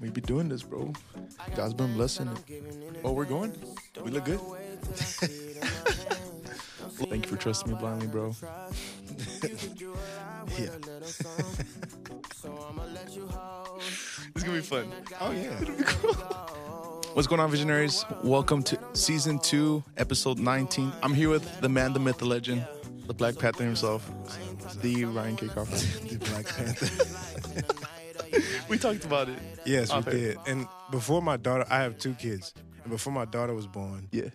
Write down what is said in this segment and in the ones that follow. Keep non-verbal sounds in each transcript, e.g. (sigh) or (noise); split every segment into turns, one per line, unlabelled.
we be doing this, bro. God's been blessing. it. Oh, we're going. We look good. (laughs) Thank you for trusting me blindly, bro. (laughs)
Yeah.
It's gonna be fun. (laughs)
Oh yeah.
What's going on, visionaries? Welcome to season two, episode 19. I'm here with the man, the myth, the legend, the Black Panther himself, the Ryan K. Crawford.
(laughs) the Black Panther.
(laughs) we talked about it.
yes, we
Off air.
did. And before my daughter, I have two kids. And before my daughter was born,
Yeah,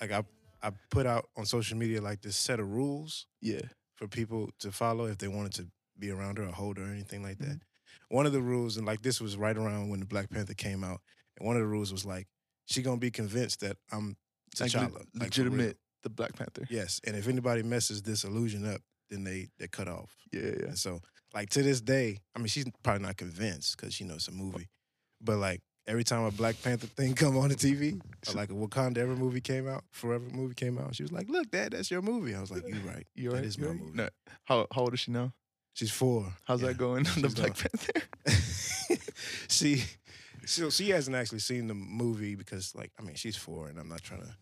like I, I put out on social media like this set of rules
yeah.
for people to follow if they wanted to be around her or hold her or anything like that.
Mm-hmm.
One of the rules, and like this was right around when the Black Panther came out, and one of the rules was like she gonna be convinced that I'm
Like, le-
T'Challa, like, for real.
legitimate, the Black Panther.
Yes, and if anybody messes this illusion up, then they they cut off.
Yeah, yeah.
And so, like to this day, I mean, she's probably not convinced because she knows it's a movie. But like every time a Black Panther thing (laughs) come on the TV, or like a Wakanda ever movie came out, Forever movie came out, she was like, "Look, Dad, that's your movie." I was like, "You're right."
You
That
alright?
is
You
my
alright?
movie.
No. How, how old is she now?
She's four.
How's
Yeah.
that going? the
She's
Black (laughs)
gone.
Panther.
(laughs) she, so she hasn't actually seen the movie because, like, I mean, she's four, and I'm not trying to.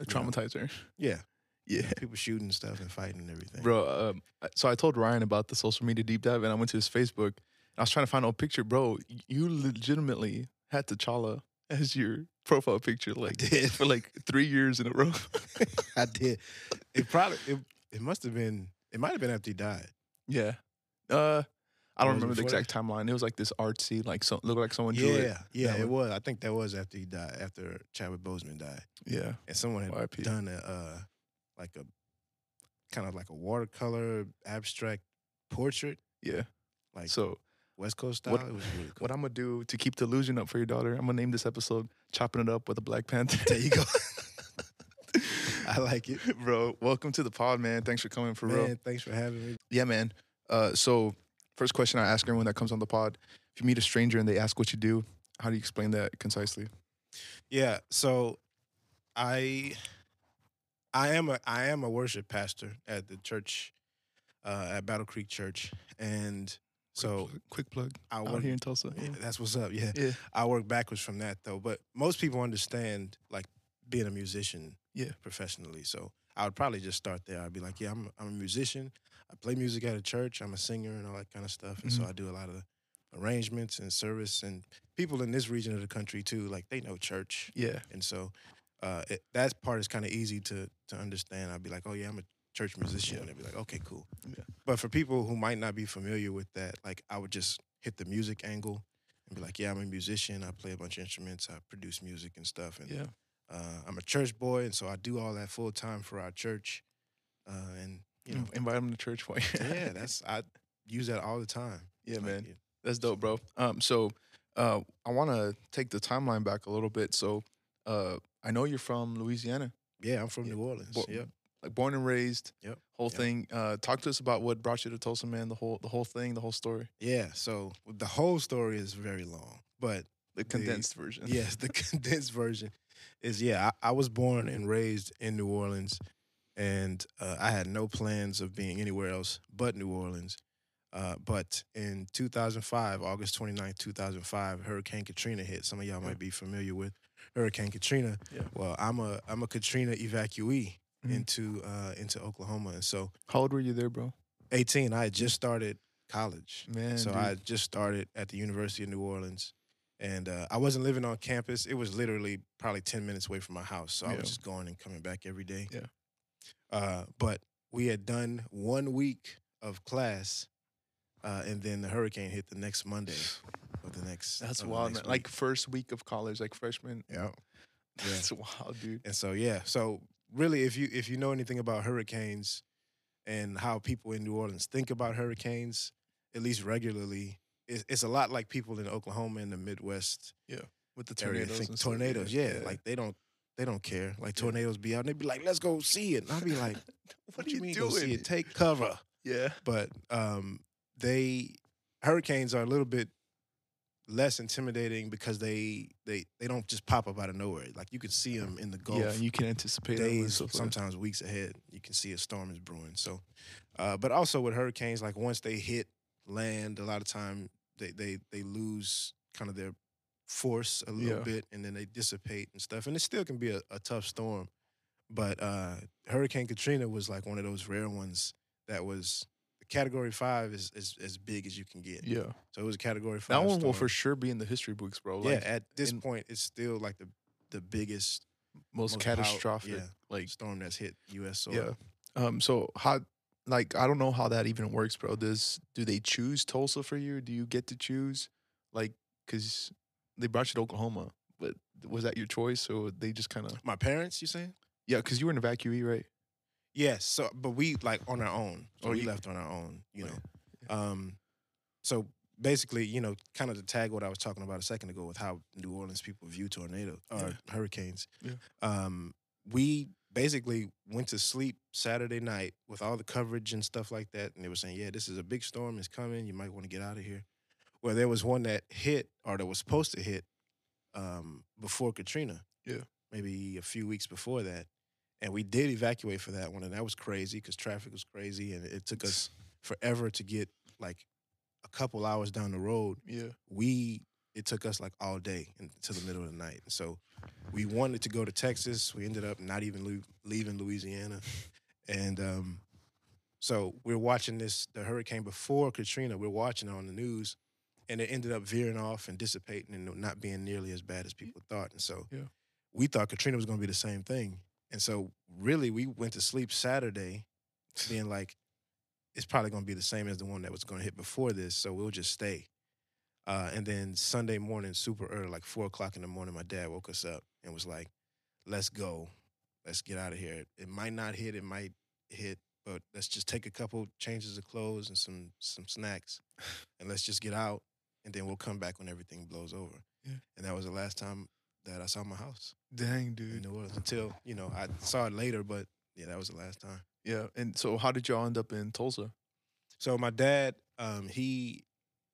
It traumatized her.
Yeah,
Yeah.
people shooting stuff and fighting and everything.
Bro, um, I- so I told Ryan about the social media deep dive and I went to his Facebook. I was trying to find out a picture. Bro, you legitimately had T'Challa as your profile picture like
did.
for like three years in a row.
(laughs)
(laughs)
I did. It probably it, it must have been. It might have been after he died.
yeah. Uh, I
Or
don't
was it
remember the
before
exact timeline. It was like this artsy, like so, looked like someone drew it.
Yeah, yeah,
That
it was. I think that was after he died, after Chadwick Boseman died,
Yeah.
and someone had
RIP.
done a uh, like a kind of like a watercolor abstract portrait,
Yeah.
like
So
West Coast style.
what-
it was really cool.
what I'm gonna do to keep the illusion up for your daughter, I'm gonna name this episode "Chopping It Up with a Black Panther." (laughs)
there you go. (laughs) I like it,
bro. Welcome to the pod, man. Thanks for coming for
man.
real.
Thanks for having me.
Yeah, man. Uh, so first question I ask everyone that comes on the pod: If you meet a stranger and they ask what you do, how do you explain that concisely?
Yeah, so I I am a I am a worship pastor at the church uh, at Battle Creek Church, and so
quick plug
I
out
work.
Oh, here in Tulsa.
Yeah, that's what's up. Yeah.
Yeah.
I work backwards from that though. But most people understand like being a musician
Yeah.
professionally. So I would probably just start there. I'd be like, yeah, I'm I'm a musician. I play music at a church. I'm a singer and all that kind of stuff. And so I do a lot of arrangements and service and people in this region of the country too, like they know church.
Yeah,
And so uh, it, that part is kind of easy to to understand. I'd be like, oh yeah, I'm a church musician, and they'd be like, okay, cool.
Yeah.
But for people who might not be familiar with that, like I would just hit the music angle and be like, yeah, I'm a musician. I play a bunch of instruments. I produce music and stuff. And
yeah.
uh, I'm a church boy, and so I do all that full time for our church. Uh, and
(laughs)
you know,
Mm, invite them to church for you.
yeah, that's I use that all the time.
(laughs) yeah,
Like,
man.
it-
That's dope, bro. Um, so uh, I want to take the timeline back a little bit. So uh, I know you're from Louisiana.
Yeah, I'm from
Yeah.
New Orleans.
Bo-
yep.
like born and raised.
Yep,
Whole
yep.
thing. Uh, talk to us about what brought you to Tulsa, man. The whole the whole thing, the whole story,
Yeah. So the whole story is very long, but
the condensed version.
(laughs) Yes, the condensed version is yeah. I, I was born and raised in New Orleans, and uh, I had no plans of being anywhere else but New Orleans. Uh, but in 2005, August 29, 2005, Hurricane Katrina hit. Some of y'all might be familiar with Hurricane Katrina.
Yeah.
Well, I'm a I'm a Katrina evacuee
Mhm.
into uh, into Oklahoma, and so
(laughs) How old were you there, bro?
18, I had just started college.
Man,
So
dude.
I just started at the University of New Orleans, and uh, I wasn't living on campus. It was literally probably ten minutes away from my house, so I
Yeah.
was just going and coming back every day.
Yeah.
Uh, but we had done one week of class, uh, and then the hurricane hit the next Monday or the next.
that's
or the
wild, man.
next week.
Like first week of college, like freshman. (laughs)
yeah. Yeah.
That's wild, dude.
And so yeah, so really, if you if you know anything about hurricanes and how people in New Orleans think about hurricanes, at least regularly, it's, it's a lot like people in Oklahoma in the Midwest
With the
area
tornadoes,
think
and stuff,
tornadoes. Yeah, like they don't they don't care. Like
Yeah.
tornadoes be out, and they be like, "Let's go see it." And I'll be like, "What,
(laughs) what, are
do
you
you mean
doing?
go see it? Take cover."
Yeah,
But um, they hurricanes are a little bit less intimidating because they they they don't just pop up out of nowhere. Like you can see them in the Gulf
yeah. and You can anticipate them and
days,
stuff like that.
sometimes weeks ahead. You can see a storm is brewing. So, uh, but also with hurricanes, like once they hit land, a lot of time they they they lose kind of their force a little
Yeah.
bit, and then they dissipate and stuff. And it still can be a, a tough storm, but uh, Hurricane Katrina was like one of those rare ones that was Category Five is is as big as you can get.
Yeah.
So it was a Category Five.
That one will
storm.
for sure be in the history books, bro.
yeah.
Like
At this
in-
point, it's still like the the biggest
most,
most pow-
catastrophic.
yeah.
Like
storm that's hit U.S. soil.
yeah. Um so how like I don't know how that even works, bro. Does do they choose Tulsa for you? Do you get to choose? Like cuz they brought you to Oklahoma, but was that your choice or they just kind of
My parents, you saying?
Yeah, cuz you were an evacuee, right?
Yes. So, but we like on our own. So
Oh,
we
you-
left on our own. You Oh, know.
Okay.
Um. So basically, you know, kind of to tag what I was talking about a second ago with how New Orleans people view tornadoes or
Yeah.
hurricanes.
Yeah.
Um. We basically went to sleep Saturday night with all the coverage and stuff like that, and they were saying, "Yeah, this is a big storm. It's coming. You might want to get out of here." Well, there was one that hit or that was supposed to hit um, before Katrina.
Yeah.
Maybe a few weeks before that. And we did evacuate for that one. And that was crazy because traffic was crazy. And it
(sighs)
took us forever to get like a couple hours down the road.
Yeah.
We, it took us like all day until the middle of the night. And so we wanted to go to Texas. We ended up not even lea- leaving Louisiana. And um, so we're watching this, the hurricane before Katrina, we're watching it on the news and it ended up veering off and dissipating and not being nearly as bad as people thought. And so
Yeah.
we thought Katrina was going to be the same thing. And so really, we went to sleep Saturday being like, it's probably going to be the same as the one that was going to hit before this. So we'll just stay. Uh, and then Sunday morning, super early, like four o'clock in the morning, my dad woke us up and was like, let's go. Let's get out of here. It might not hit, it might hit, but let's just take a couple changes of clothes and some some snacks and let's just get out and then we'll come back when everything blows over.
Yeah.
And that was the last time that I saw my house
Dang,
in
dude.
New Orleans until, you know, I saw it later, but yeah, that was the last time.
Yeah. And so how did y'all end up in Tulsa?
So my dad, um, he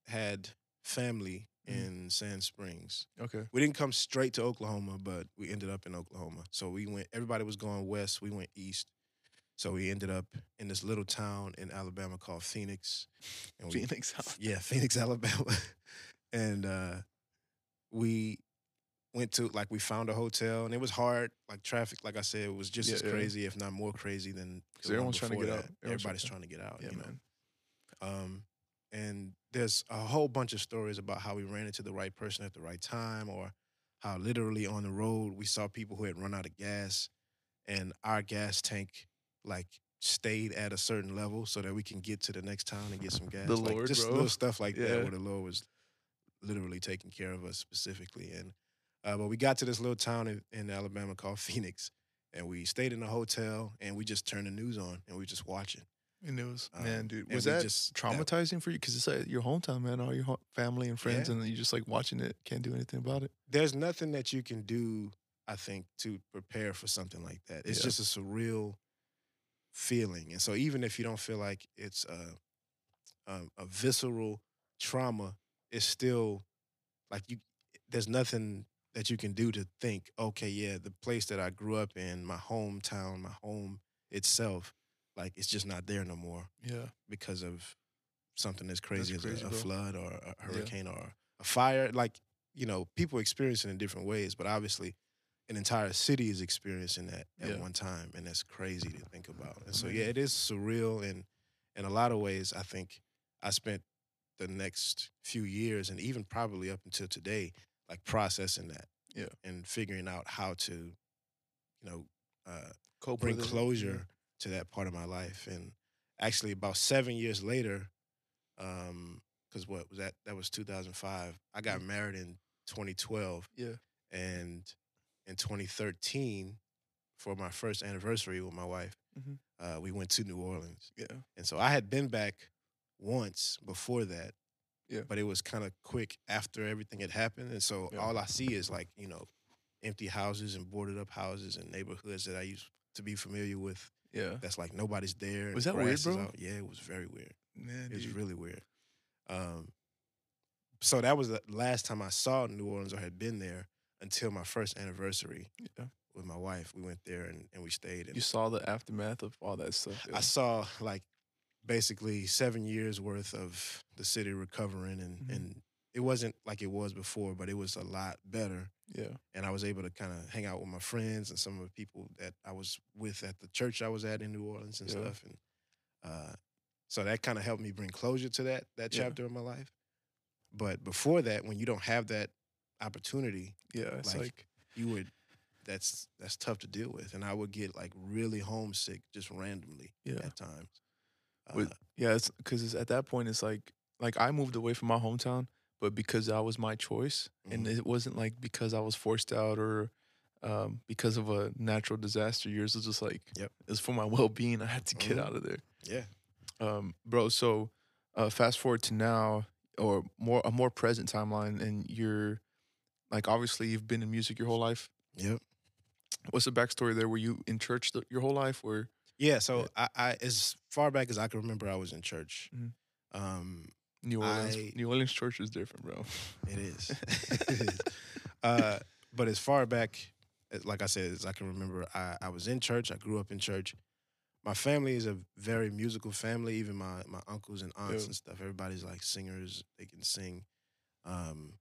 had family
Mhm.
in Sand Springs.
Okay.
We didn't come straight to Oklahoma, but we ended up in Oklahoma. So we went. Everybody was going west. We went east. So we ended up in this little town in Alabama called Phoenix.
(laughs)
And we,
Phoenix.
Oh, (laughs) yeah, Phoenix, Alabama. and uh, we went to like we found a hotel, and it was hard. Like traffic, like I said, was just
Yeah,
as
yeah.
crazy, if not more crazy than
Because
the one
everyone's trying to
before
get
that.
out. Everyone's trying
Everybody's
to-
trying to get out.
Yeah,
you know?
man.
Um, and there's a whole bunch of stories about how we ran into the right person at the right time, or how literally on the road we saw people who had run out of gas, and our gas tank like stayed at a certain level so that we can get to the next town and get some
(laughs)
gas.
The
like,
Lord,
just
bro.
little stuff like that
Yeah.
where the Lord was literally taking care of us specifically. And uh, but we got to this little town in, in Alabama called (laughs) Phoenix, and we stayed in a hotel and we just turned the news on and we were just watching.
And it was,
Um,
man, dude,
and
was
we
that
just- that-
traumatizing for you? Because it's like your hometown, man, all your ho- family and friends, and then you just like watching it, can't do anything about it.
there's nothing that you can do, I think, to prepare for something like that. It's
Yeah.
just a surreal feeling, and so even if you don't feel like it's a, a, a visceral trauma, it's still like you. There's nothing that you can do to think, okay, yeah, the place that I grew up in, my hometown, my home itself, like it's just not there no more
Yeah.
because of something as crazy as a-
crazy,
a,
bro.
flood or a hurricane or a fire. Like, you know, people experience it in different ways, but obviously an entire city is experiencing that at
Yeah.
one time. And that's crazy to think about. And so, yeah, it is surreal. And in a lot of ways, I think I spent the next few years and even probably up until today, like processing that.
Yeah.
And figuring out how to, you know, uh,
Cope
bring
with it.
closure to that part of my life. And actually, about seven years later, because what was that? That was 2005. I got married in 2012,
Yeah.
and in 2013, for my first anniversary with my wife,
Mhm.
uh, we went to New Orleans.
Yeah.
And so I had been back once before that.
Yeah.
But it was kind of quick after everything had happened. And so
Yeah.
all I see is like, you know, empty houses and boarded up houses and neighborhoods that I used to be familiar with.
Yeah.
That's like nobody's there. and
Was
the
that weird,
grass is
bro?
out. Yeah, it was very weird.
Man,
It was
dude.
really weird. Um, so that was the last time I saw New Orleans or had been there until my first anniversary
Yeah.
with my wife. We went there and, and we stayed. And
You saw the aftermath of all that stuff.
I
yeah.
saw like basically seven years worth of the city recovering and
Mhm.
and it wasn't like it was before, but it was a lot better.
Yeah.
And I was able to kind of hang out with my friends and some of the people that I was with at the church I was at in New Orleans and
Yeah.
stuff. And uh, so that kind of helped me bring closure to that that
Yeah.
chapter of my life. But before that, when you don't have that opportunity,
Yeah. It's
Like-
like
you would that's that's tough to deal with. And I would get like really homesick just randomly
Yeah.
at times. Uh,
With- Yeah, it's because at that point it's like like I moved away from my hometown, but because that was my choice, and
Mhm.
it wasn't like because I was forced out or um, because of a natural disaster. Yours was just like
Yep.
it was for my (laughs) well being. I had to get
Mhm.
out of there,
yeah.
um, bro. So uh, fast forward to now, or more a more present timeline, and you're like obviously you've been in music your whole life.
Yep.
What's the backstory there? Were you in church th- your whole life, or
Yeah, so I, I as far back as I can remember, I was in church.
Mhm.
Um,
New Orleans?
I-
New Orleans church is different, bro. (laughs)
it is, it is. Uh, but as far back, as, like I said, as I can remember, I, I was in church. I grew up in church. My family is a very musical family. Even my my uncles and aunts
Yeah.
and stuff. Everybody's like singers. They can sing, um,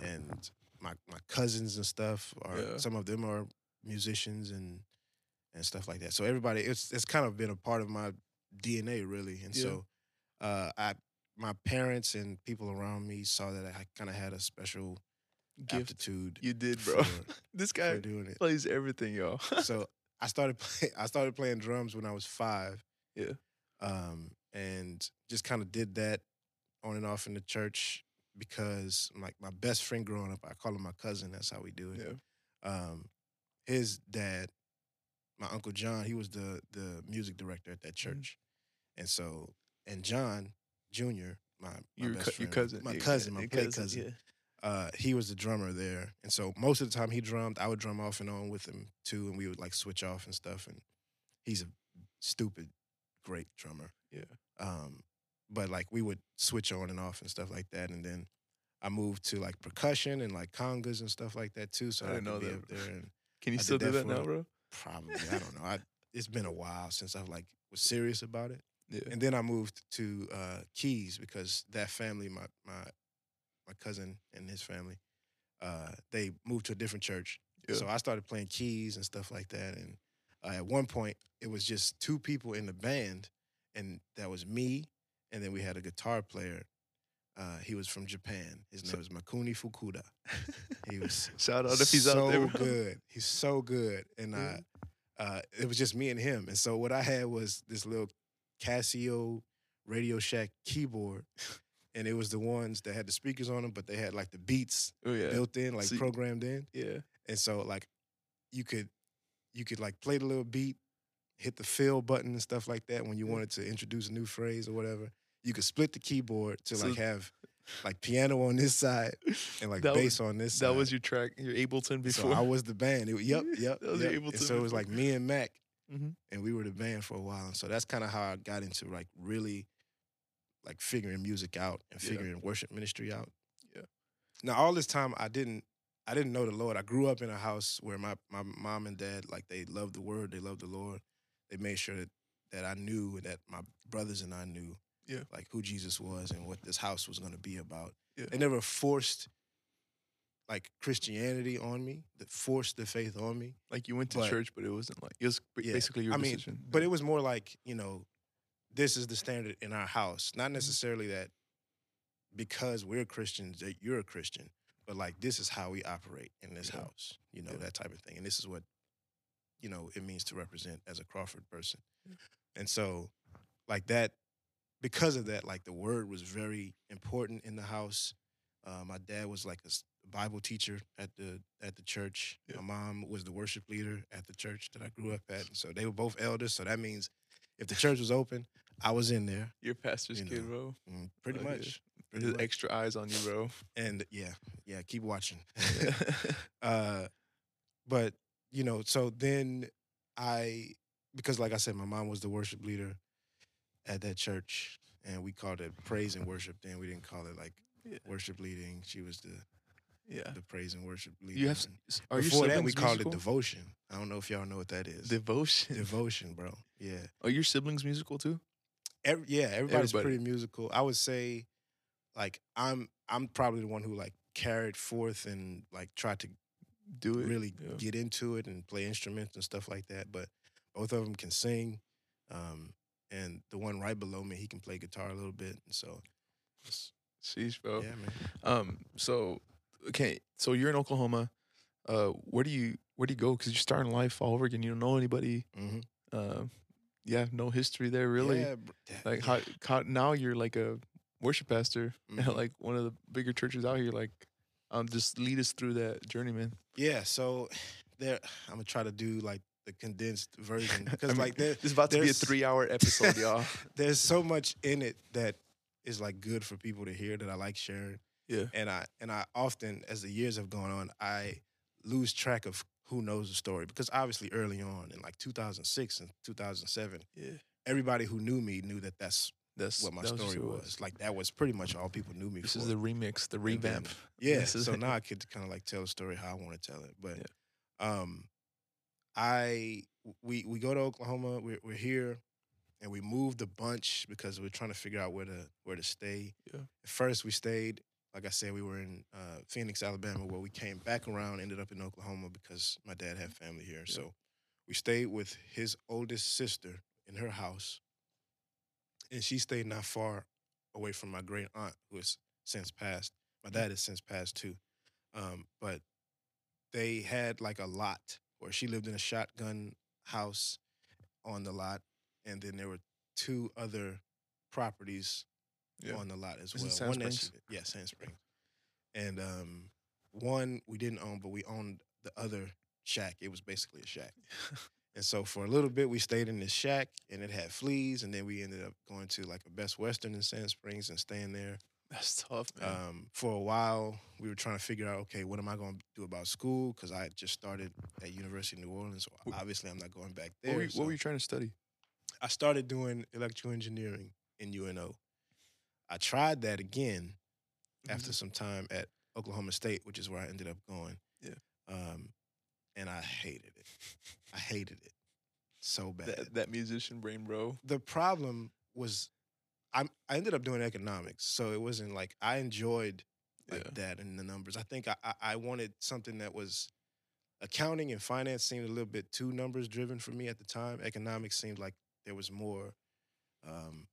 and my my cousins and stuff are
Yeah.
some of them are musicians and and stuff like that. So everybody, it's it's kind of been a part of my DNA really. And
Yeah.
so, uh, I my parents and people around me saw that I kind of had a special
Gift
aptitude
you did, (laughs) bro.
for-
this
for
guy
doing
(laughs)
it.
plays everything, y'all.
so I started play, I started playing drums when I was five.
Yeah.
Um, and just kind of did that on and off in the church because like my best friend growing up, I call him my cousin. That's how we do
(laughs)
it. Um, his dad, my uncle John, he was the the music director at that
Mm-hmm.
church, and so and John Junior, my, my
Your,
best
cou- your
friend,
cousin,
my
your-
cousin, my
your
play cousin, uh, he was the drummer there, and so most of the time he drummed. I would drum off and on with him too, and we would like switch off and stuff. And he's a stupid, great drummer.
Yeah.
Um, but like we would switch on and off and stuff like that. And then I moved to like percussion and like congas and stuff like that too. So
I
I, could
didn't know
be
that.
up there and
Can you
I
still
did
do
that
that now, (laughs)
for-
bro?
probably I don't know. I, it's been a while since I've like was serious about it.
Yeah.
And then I moved to uh, Keys because that family, my my my cousin and his family, uh, they moved to a different church.
Yeah.
So I started playing keys and stuff like that. And uh, at one point, it was just two people in the band, and that was me, and then we had a guitar player. Uh, he was from Japan. His name
So-
was Makuni Fukuda. He was
Shout out if he's out there. Mm-hmm.
so
bro.
good. He's so good. And uh,
Yeah.
uh, it was just me and him. And so what I had was this little Casio Radio Shack keyboard. And it was the ones that had the speakers on them, but they had like the beats
(laughs) Oh yeah,
built in, like
So you-
programmed in.
yeah,
And so like you could you could like play the little beat, hit the fill button and stuff like that when you
Yeah.
wanted to introduce a new phrase or whatever. You could split the keyboard to
So-
like have like piano on this side and like
That was-
bass on this side.
that was your track, your Ableton before. (laughs)
So I was the band. It, yep, yep.
That was
yep.
able
And
to
so it was
before.
like me and Mac,
Mhm.
and we were the band for a while. And so that's kind of how I got into like really like figuring music out and
Yeah.
figuring worship ministry out.
Yeah.
Now all this time I didn't I didn't know the Lord. I grew up in a house where my my mom and dad like they loved the word, they loved the Lord. They made sure that that I knew and that my brothers and I knew
Yeah.
like who Jesus was and what this house was going to be about.
Yeah.
They never forced like Christianity on me, that forced the faith on me.
like you went to
but-
church, but it wasn't like it was b-
Yeah,
basically your
I mean,
decision.
But it was more like, you know, this is the standard in our house.
Mm-hmm.
Not necessarily that because we're Christians that you're a Christian, but like this is how we operate in this
Yeah.
house, you know,
Yeah.
that type of thing. And this is what, you know, it means to represent as a Crawford person.
Mm.
And so, like that, because of that, like the word was very important in the house. Uh, my dad was like a s- Bible teacher at the at the church.
Yeah.
My mom was the worship leader at the church that I grew up at. And so they were both elders. So that means if the church was open, I was in there.
your pastor's
you
kid,
know,
bro.
Mm, pretty
Okay.
much.
His
Pretty much.
extra eyes on you, bro.
(laughs) And yeah, yeah, keep
(laughs)
watching. (laughs)
yeah,
uh, but you know, so then I because like I said, my mom was the worship leader at that church, and we called it praise and worship. Then we didn't call it like
Yeah. Uh.
worship leading. She was the the praise and worship leader.
You have. s-
and
s- Are
before
your
that, we
siblings
called
musical?
it devotion. I don't know if y'all know what that is.
devotion. (laughs)
devotion, bro. Yeah.
are your siblings musical too?
Every, yeah, everybody's
Everybody.
pretty musical. I would say like I'm I'm probably the one who like carried forth and like tried to
Do it.
really
Yeah.
get into it and play instruments and stuff like that. But both of them can sing, um, and the one right below me, he can play guitar a little bit. And so, it's-
Sheesh, bro.
yeah, man.
Um. So, okay. So you're in Oklahoma. Uh, where do you where do you go? Because you're starting life all over again. You don't know anybody.
Mhm.
Uh, yeah, no history there really.
Yeah, br- that-
Like
yeah.
(laughs) how, how now you're like a worship pastor (laughs) at
Mhm.
like one of the bigger churches out here. Like, um, just lead us through that journey, man. (laughs)
yeah. So (sighs) there, I'm gonna try to do like the condensed
(laughs)
version because
I mean,
like there,
this is about to be a
there's-
three hour
(laughs)
episode, y'all.
there's so much in it that is like good for people to hear that I like sharing.
Yeah.
And I and I often, as the years have gone on, I lose track of who knows the story because obviously early on in like 2006 and 2007,
Yeah,
everybody who knew me knew that that's
that's
what my
that was just
story
who
was.
it
Like that was pretty much all people knew me
This
for.
is the remix, the
And then-
revamp. (laughs)
yeah.
this is
So
it.
now I could kind of like tell the story how I want to tell it. But um, I we we go to Oklahoma. We're, we're here, and we moved a bunch because we're trying to figure out where to where to stay.
Yeah.
At first, we stayed. Like I said, we were in uh, Phoenix, Alabama, where we came back around, ended up in Oklahoma because my dad had family here.
Yeah.
So we stayed with his oldest sister in her house, and she stayed not far away from my great aunt, who has since passed.
Mm.
My dad has since passed too, um, but they had like a lot where she lived in a shotgun house on the lot, and then there were two other properties
Yeah.
on the lot as
Is it
well.
Sand
one that she
Springs?
did- yeah, Sand Springs, and um, one we didn't own, but we owned the other shack. It was basically
(laughs)
a shack. And so for a little bit, we stayed in this shack, and it had fleas. And then we ended up going to like a Best Western in Sand Springs and staying there.
That's tough, man.
Um, for a while, we were trying to figure out, okay, what am I going to do about school? Because I had just started at University of New Orleans, so
Wh-
obviously I'm not going back there.
what, were you,
so-
what were you trying to study?
I started doing electrical engineering in UNO. I tried that again
Mm-hmm.
after some time at Oklahoma State, which is where I ended up going.
Yeah.
Um, and I hated it. I hated it so bad.
that, that musician brain, bro.
the problem was I'm, I ended up doing economics. So it wasn't like I enjoyed like that and the numbers. I think I, I, I wanted something that was accounting and finance seemed a little bit too numbers driven for me at the time. Economics seemed like there was more, um,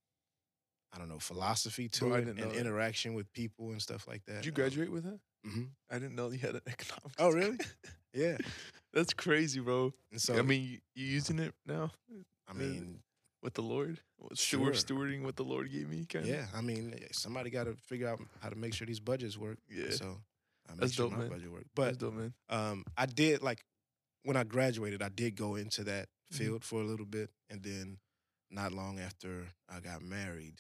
I don't know, philosophy to
Bro, I
it
didn't
and
know that.
interaction with people and stuff like that. um,
Did you graduate with that?
hmm
I didn't know you had an (laughs) economics.
Oh, really?
degree.
Yeah.
That's crazy, bro.
And so
I mean, you, you using it now
I mean,
with the Lord? Sure.
Sure.
Stewarding what the Lord gave me, kind
yeah, I mean, somebody got to figure out how to make sure these budgets work.
Yeah.
So I make
That's
sure
dope,
my
man.
budget worked.
But
But
dope, man.
um, I did like when I graduated, I did go into that
Mhm.
field for a little bit, and then not long after I got married,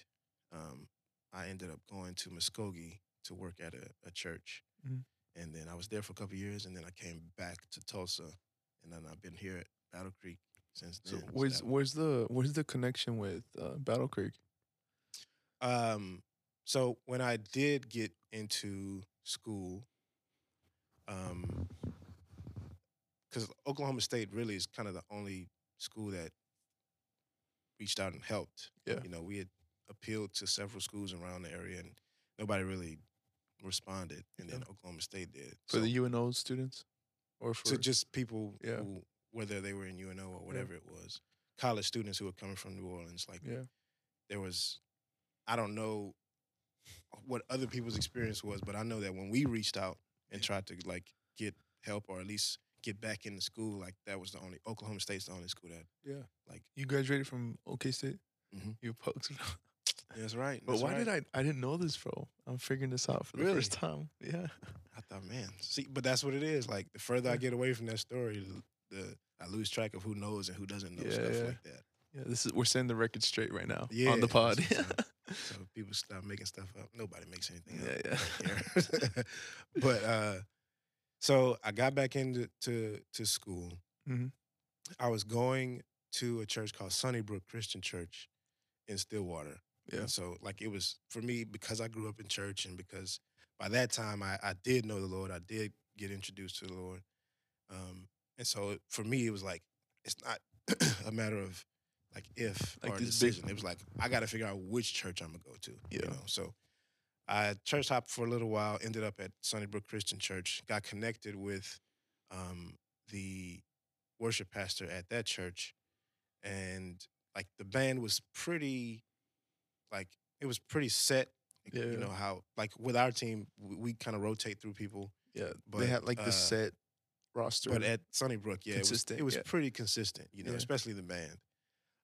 um, I ended up going to Muskogee to work at a, a church,
Mhm.
and then I was there for a couple of years, and then I came back to Tulsa, and then I've been here at Battle Creek since
So
then. so
where's
that-
where's the where's the connection with uh, Battle Creek?
Um, so when I did get into school, um, because Oklahoma State really is kind of the only school that reached out and helped.
Yeah.
You know, we had appealed to several schools around the area and nobody really responded. And then Oklahoma State did.
For the UNO students, or for
So just people
Yeah.
who, whether they were in UNO or whatever it was, college students who were coming from New Orleans, like
yeah,
there was I don't know what other people's experience was, but I know that when we reached out and tried to like get help or at least get back into school, like that was the only Oklahoma State's the only school that
Yeah.
like
you graduated from OK State.
Mhm.
You (laughs) pokes. bro.
that's right.
But why did I? I didn't know this, bro. I'm figuring this out for the
Really?
first time. Yeah,
I thought, man, see, but that's what it is. Like the further I get away from that story, l- the I lose track of who knows and who doesn't know
Yeah,
stuff
yeah.
like that.
yeah. This is we're setting the record straight right now
Yeah,
on the
that's
pod. (laughs)
what's up. So people stop making stuff up. Nobody makes anything up.
yeah,
(laughs)
yeah.
here. (laughs) but uh so I got back into to, to school.
Mhm.
I was going to a church called Sunnybrook Christian Church in Stillwater.
Yeah.
And so like it was for me because I grew up in church and because by that time I, I did know the Lord. I did get introduced to the Lord. Um and so it- for me it was like it's not (clears throat) a matter of like if
Like
or
this big-
decision. it was like I gotta figure out which church I'm gonna go to.
Yeah.
You know, so I church hopped for a little while, ended up at Sunnybrook Christian Church, got connected with um, the worship pastor at that church. And like the band was pretty, like it was pretty set.
Yeah.
You know how, like with our team, we, we kind of rotate through people.
(laughs) Yeah,
But,
they had like
uh,
the set roster.
But at Sunnybrook, yeah, it was,
Consistent,
it was
yeah.
pretty consistent, you know,
Yeah.
especially the band.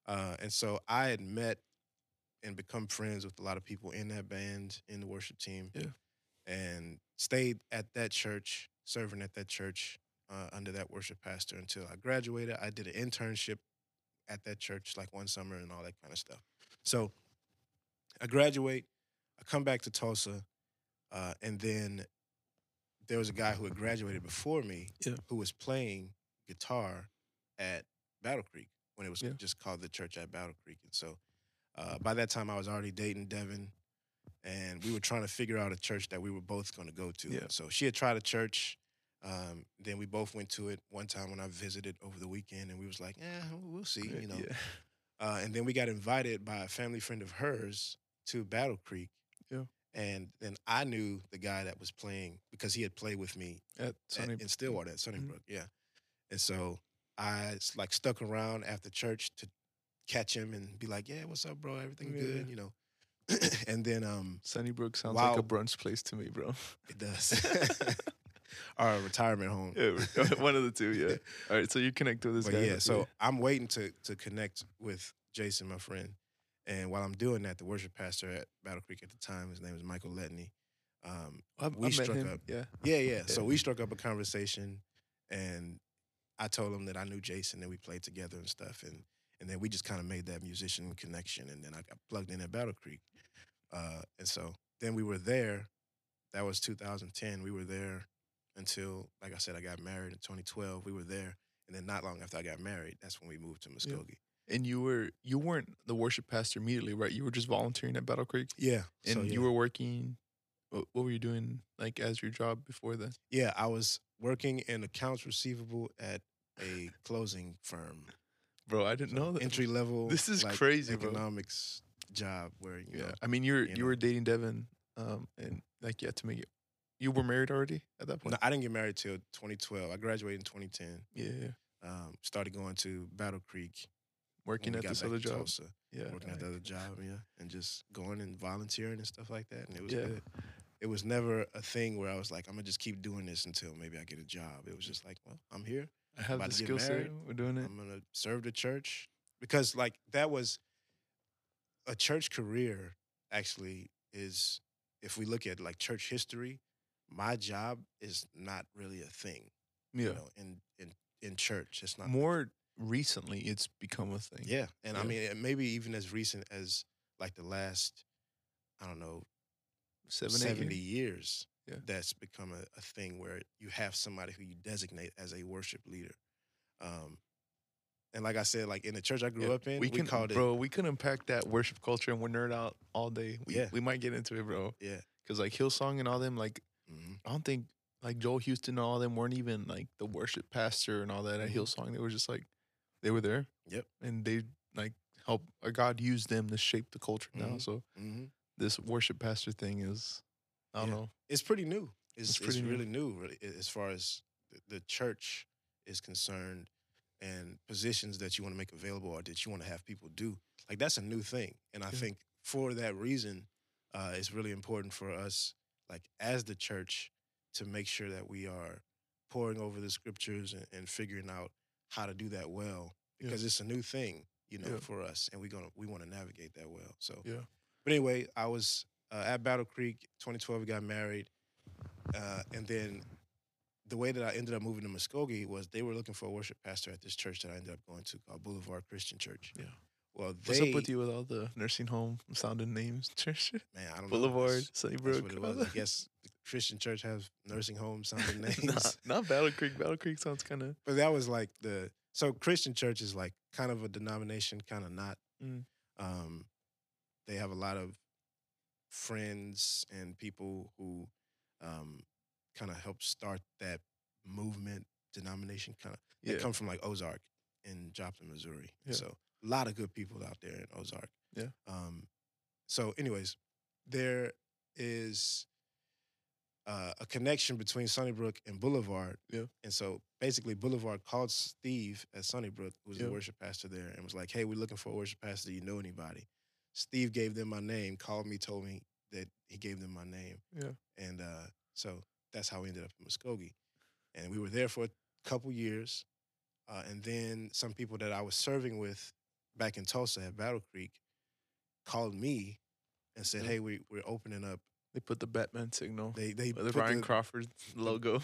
Uh, and so I had met and become friends with a lot of people in that band, in the worship team,
Yeah.
and stayed at that church, serving at that church uh, under that worship pastor until I graduated. I did an internship at that church like one summer and all that kind of stuff. So I graduate, I come back to Tulsa, uh, and then there was a guy who had graduated before me
Yeah.
who was playing guitar at Battle Creek when it was
Yeah.
just called the church at Battle Creek. And so uh, by that time, I was already dating Devin, and we were trying to figure out a church that we were both going to go to.
Yeah.
So she had tried a church. Um, then we both went to it one time when I visited over the weekend, and we was like, "Yeah, we'll see," you know.
yeah. (laughs)
Uh, and then we got invited by a family friend of hers to Battle Creek.
Yeah.
And then I knew the guy that was playing because he had played with me
at
at-
Sunny
in Stillwater at
mm-hmm.
Sunnybrook. Yeah. And so I s- like stuck around after church to catch him and be like, "Yeah, what's up, bro? Everything
Yeah,
good?"
yeah.
You know. (clears throat) and then um,
Sunnybrook sounds like
Wow.
a brunch place to me,
(laughs)
bro. (laughs)
it does. Our retirement home.
(laughs) one of the two.
(laughs)
Yeah. All right, so you connect with this
But
guy. (laughs)
yeah, so I'm waiting to to connect with Jason, my friend. And while I'm doing that, the worship pastor at Battle Creek at the time, his name was Michael Letney. Um,
I,
we struck up.
Yeah,
yeah, yeah. So we struck up a conversation, and I told him that I knew Jason, and we played together and stuff, and and then we just kind of made that musician connection, and then I got plugged in at Battle Creek, uh, and so then we were there. That was 2010. We were there until, like I said, I got married in 2012. We were there, and then not long after I got married, that's when we moved to Muskogee.
and you were you weren't the worship pastor immediately, right? You were just volunteering at Battle Creek,
Yeah,
and
so, yeah.
you were working. What, what were you doing like as your job before that?
Yeah, I was working in accounts receivable at a closing firm.
Bro, I didn't know that.
entry level.
This is
like,
crazy, bro.
economics job where you
Yeah,
know.
I mean, you're you,
you know.
were dating Devin, um, and like yeah, to make it, you were married already at that point.
No, I didn't get married till 2012. I graduated in 2010.
yeah,
Um, started going to Battle Creek. when
working
we
at
got
this
back
other
to
job.
Tulsa,
Yeah,
working at
like-
the other job, yeah, and just going and volunteering and stuff like that. And it was
Yeah.
good. It was never a thing where I was like, I'm gonna just keep doing this until maybe I get a job. It was just like, well, I'm here.
I have
about
the
to get
skill set.
married.
We're doing it. (laughs)
I'm gonna serve the church because like that was a church career actually is if we look at like church history, my job is not really a thing.
yeah,
You know, in in in church, it's not
more recently, it's become a thing.
Yeah, and I
Yeah.
mean and maybe even as recent as like the last I don't know
seven, eight
seventy
years.
years.
Yeah.
That's become a, a thing where you have somebody who you designate as a worship leader. Um, and like I said, like in the church I grew
Yeah,
up in,
we
we,
can,
called it
bro. We can unpack that worship culture, and we're nerd out all day. We,
Yeah.
we might get into it, bro.
Yeah.
because like Hillsong and all them, like
Mhm.
I don't think like Joel Houston and all them weren't even like the worship pastor and all that at
Mhm.
Hillsong. They were just like they were there.
Yep.
And they like help or God used them to shape the culture now.
Mhm.
So
Mhm.
this worship pastor thing is I don't
Yeah.
know.
It's pretty new. It's,
It's
it's,
pretty new.
really new, really, a- as far as th- the church is concerned, and positions that you want to make available or that you want to have people do. Like that's a new thing, and I
Yeah.
think for that reason, uh, it's really important for us, like as the church, to make sure that we are pouring over the scriptures and, and figuring out how to do that well
Yeah.
because it's a new thing, you know,
Yeah.
for us, and we gonna we want to navigate that well. So
Yeah.
But anyway, I was uh, at Battle Creek 2012. We got married, uh, and then the way that I ended up moving to Muskogee was they were looking for a worship pastor at this church that I ended up going to called Boulevard Christian Church.
Yeah.
Well, they,
What's up with you with all the nursing home sounding names? (laughs) Church
man? I don't know.
Boulevard,
That's- That's
Sunnybrook.
what it was. I
(laughs)
guess the Christian church has nursing home sounding names.
not, not Battle Creek. Battle Creek sounds kind of
But that was like the so Christian church is like kind of a denomination, kind of not.
Mm.
Um, they have a lot of friends and people who um, kind of help start that movement. Denomination kind of
yeah.
they come from like Ozark in Joplin, Missouri.
Yeah.
So a lot of good people out there in Ozark.
Yeah.
Um, so, anyways, there is uh, a connection between Sunnybrook and Boulevard.
Yeah.
And so basically, Boulevard called Steve at Sunnybrook, who was
Yeah.
the worship pastor there, and was like, "Hey, we're looking for a worship pastor. Do you know anybody?" Steve gave them my name, called me, told me that he gave them my name.
Yeah.
And uh, so that's how we ended up in Muskogee, and we were there for a couple years, uh, and then some people that I was serving with back in Tulsa at Battle Creek called me and said,
Yeah.
"Hey, we, we're opening up."
They put the Batman signal,
They they
the
put
Ryan
the-
Crawford logo.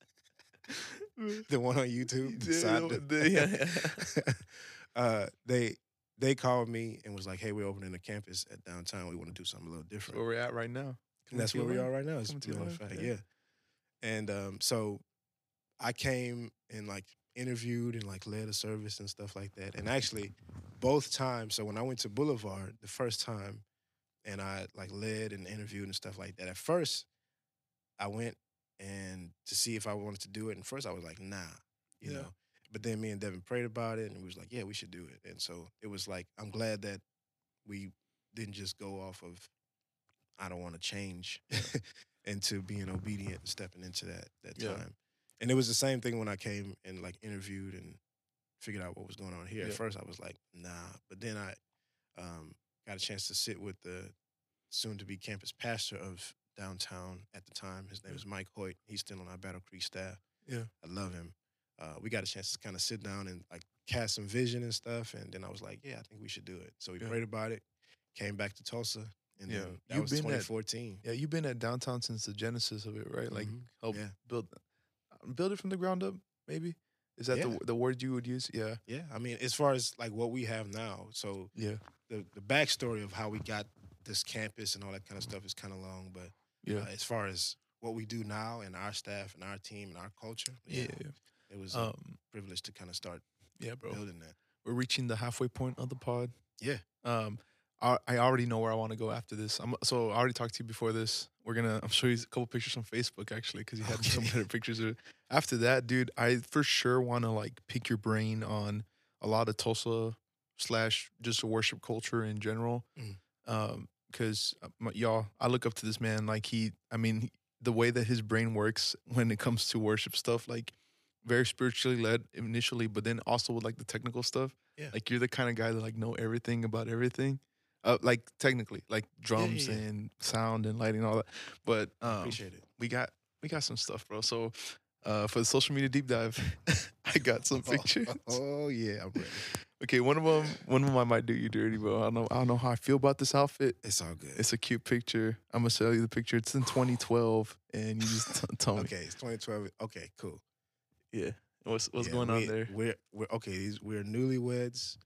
(laughs) the one on YouTube.
(laughs)
the
Yeah,
side
yeah,
that-
the- yeah,
(laughs) uh, they they called me and was like, "Hey, we're opening a campus at downtown. We want to do something a little different."
(laughs) where we're at right now.
and that's where we are right now. As a
Coming to you
matter of
live,
fact,
yeah.
yeah. And um, so I came and like interviewed and like led a service and stuff like that. And actually, both times. So when I went to Boulevard the first time, and I like led and interviewed and stuff like that. At first, I went and to see if I wanted to do it. And first, I was like, nah, you
Yeah.
know. But then me and Devin prayed about it, and we was like, yeah, we should do it. And so it was like, I'm glad that we didn't just go off of I don't want to change (laughs) into being obedient and stepping into that that
Yeah.
time. And it was the same thing when I came and like interviewed and figured out what was going on here. At
Yeah.
first, I was like, nah. But then I um, got a chance to sit with the soon to be campus pastor of downtown at the time. His name
Yeah.
was Mike Hoyt. He's still on our Battle Creek staff.
Yeah.
I love him. Uh, we got a chance to kind of sit down and like cast some vision and stuff. And then I was like, yeah, I think we should do it. So we
Yeah.
prayed about it, came back to Tulsa. And
Yeah.
then that
You've
was
been at-
2014.
Yeah, you've been at downtown since the genesis of it, right? Like oh.
Mhm.
help
Yeah.
build um, build it from the ground up, maybe? Is that
Yeah.
the the word you would use? Yeah.
Yeah. I mean, as far as like what we have now. So
Yeah.
the, the backstory of how we got this campus and all that kind of stuff is kind of long. But
Yeah.
uh, as far as what we do now and our staff and our team and our culture,
yeah.
yeah, it was a
Um
privilege to kind of start
yeah, bro.
building that.
We're reaching the halfway point of the pod.
Yeah.
Um I, I already know where I want to go after this. I'm, so I already talked to you before this. We're gonna. I'm showing you a couple pictures on Facebook actually because you had some
Okay.
better pictures. of- After that, dude, I for sure want to like pick your brain on a lot of Tulsa slash just worship culture in general.
Mm.
Um, because y'all, I look up to this man. Like he, I mean, he- the way that his brain works (laughs) when it comes to worship stuff, like very spiritually led initially, but then also with like the technical stuff.
Yeah.
Like you're the kind of guy that like know everything about everything. Uh, like technically, like drums
yeah.
and sound and lighting, and all that. But um, (laughs)
Appreciate it.
we got we got some stuff, bro. So uh, for the social media deep dive, (laughs) I got
(laughs)
some pictures.
Oh, yeah, I'm ready.
Okay, one of them, one of them, I might do you dirty, bro. I don't know, I don't know how I feel about this outfit.
It's all good.
It's a cute picture. I'm gonna show you the picture. It's in 2012, and you just t- tell me
okay, it's 2012. Okay, cool.
what's what's
Yeah,
going on
we-
there.
We're we're okay. These we're newlyweds.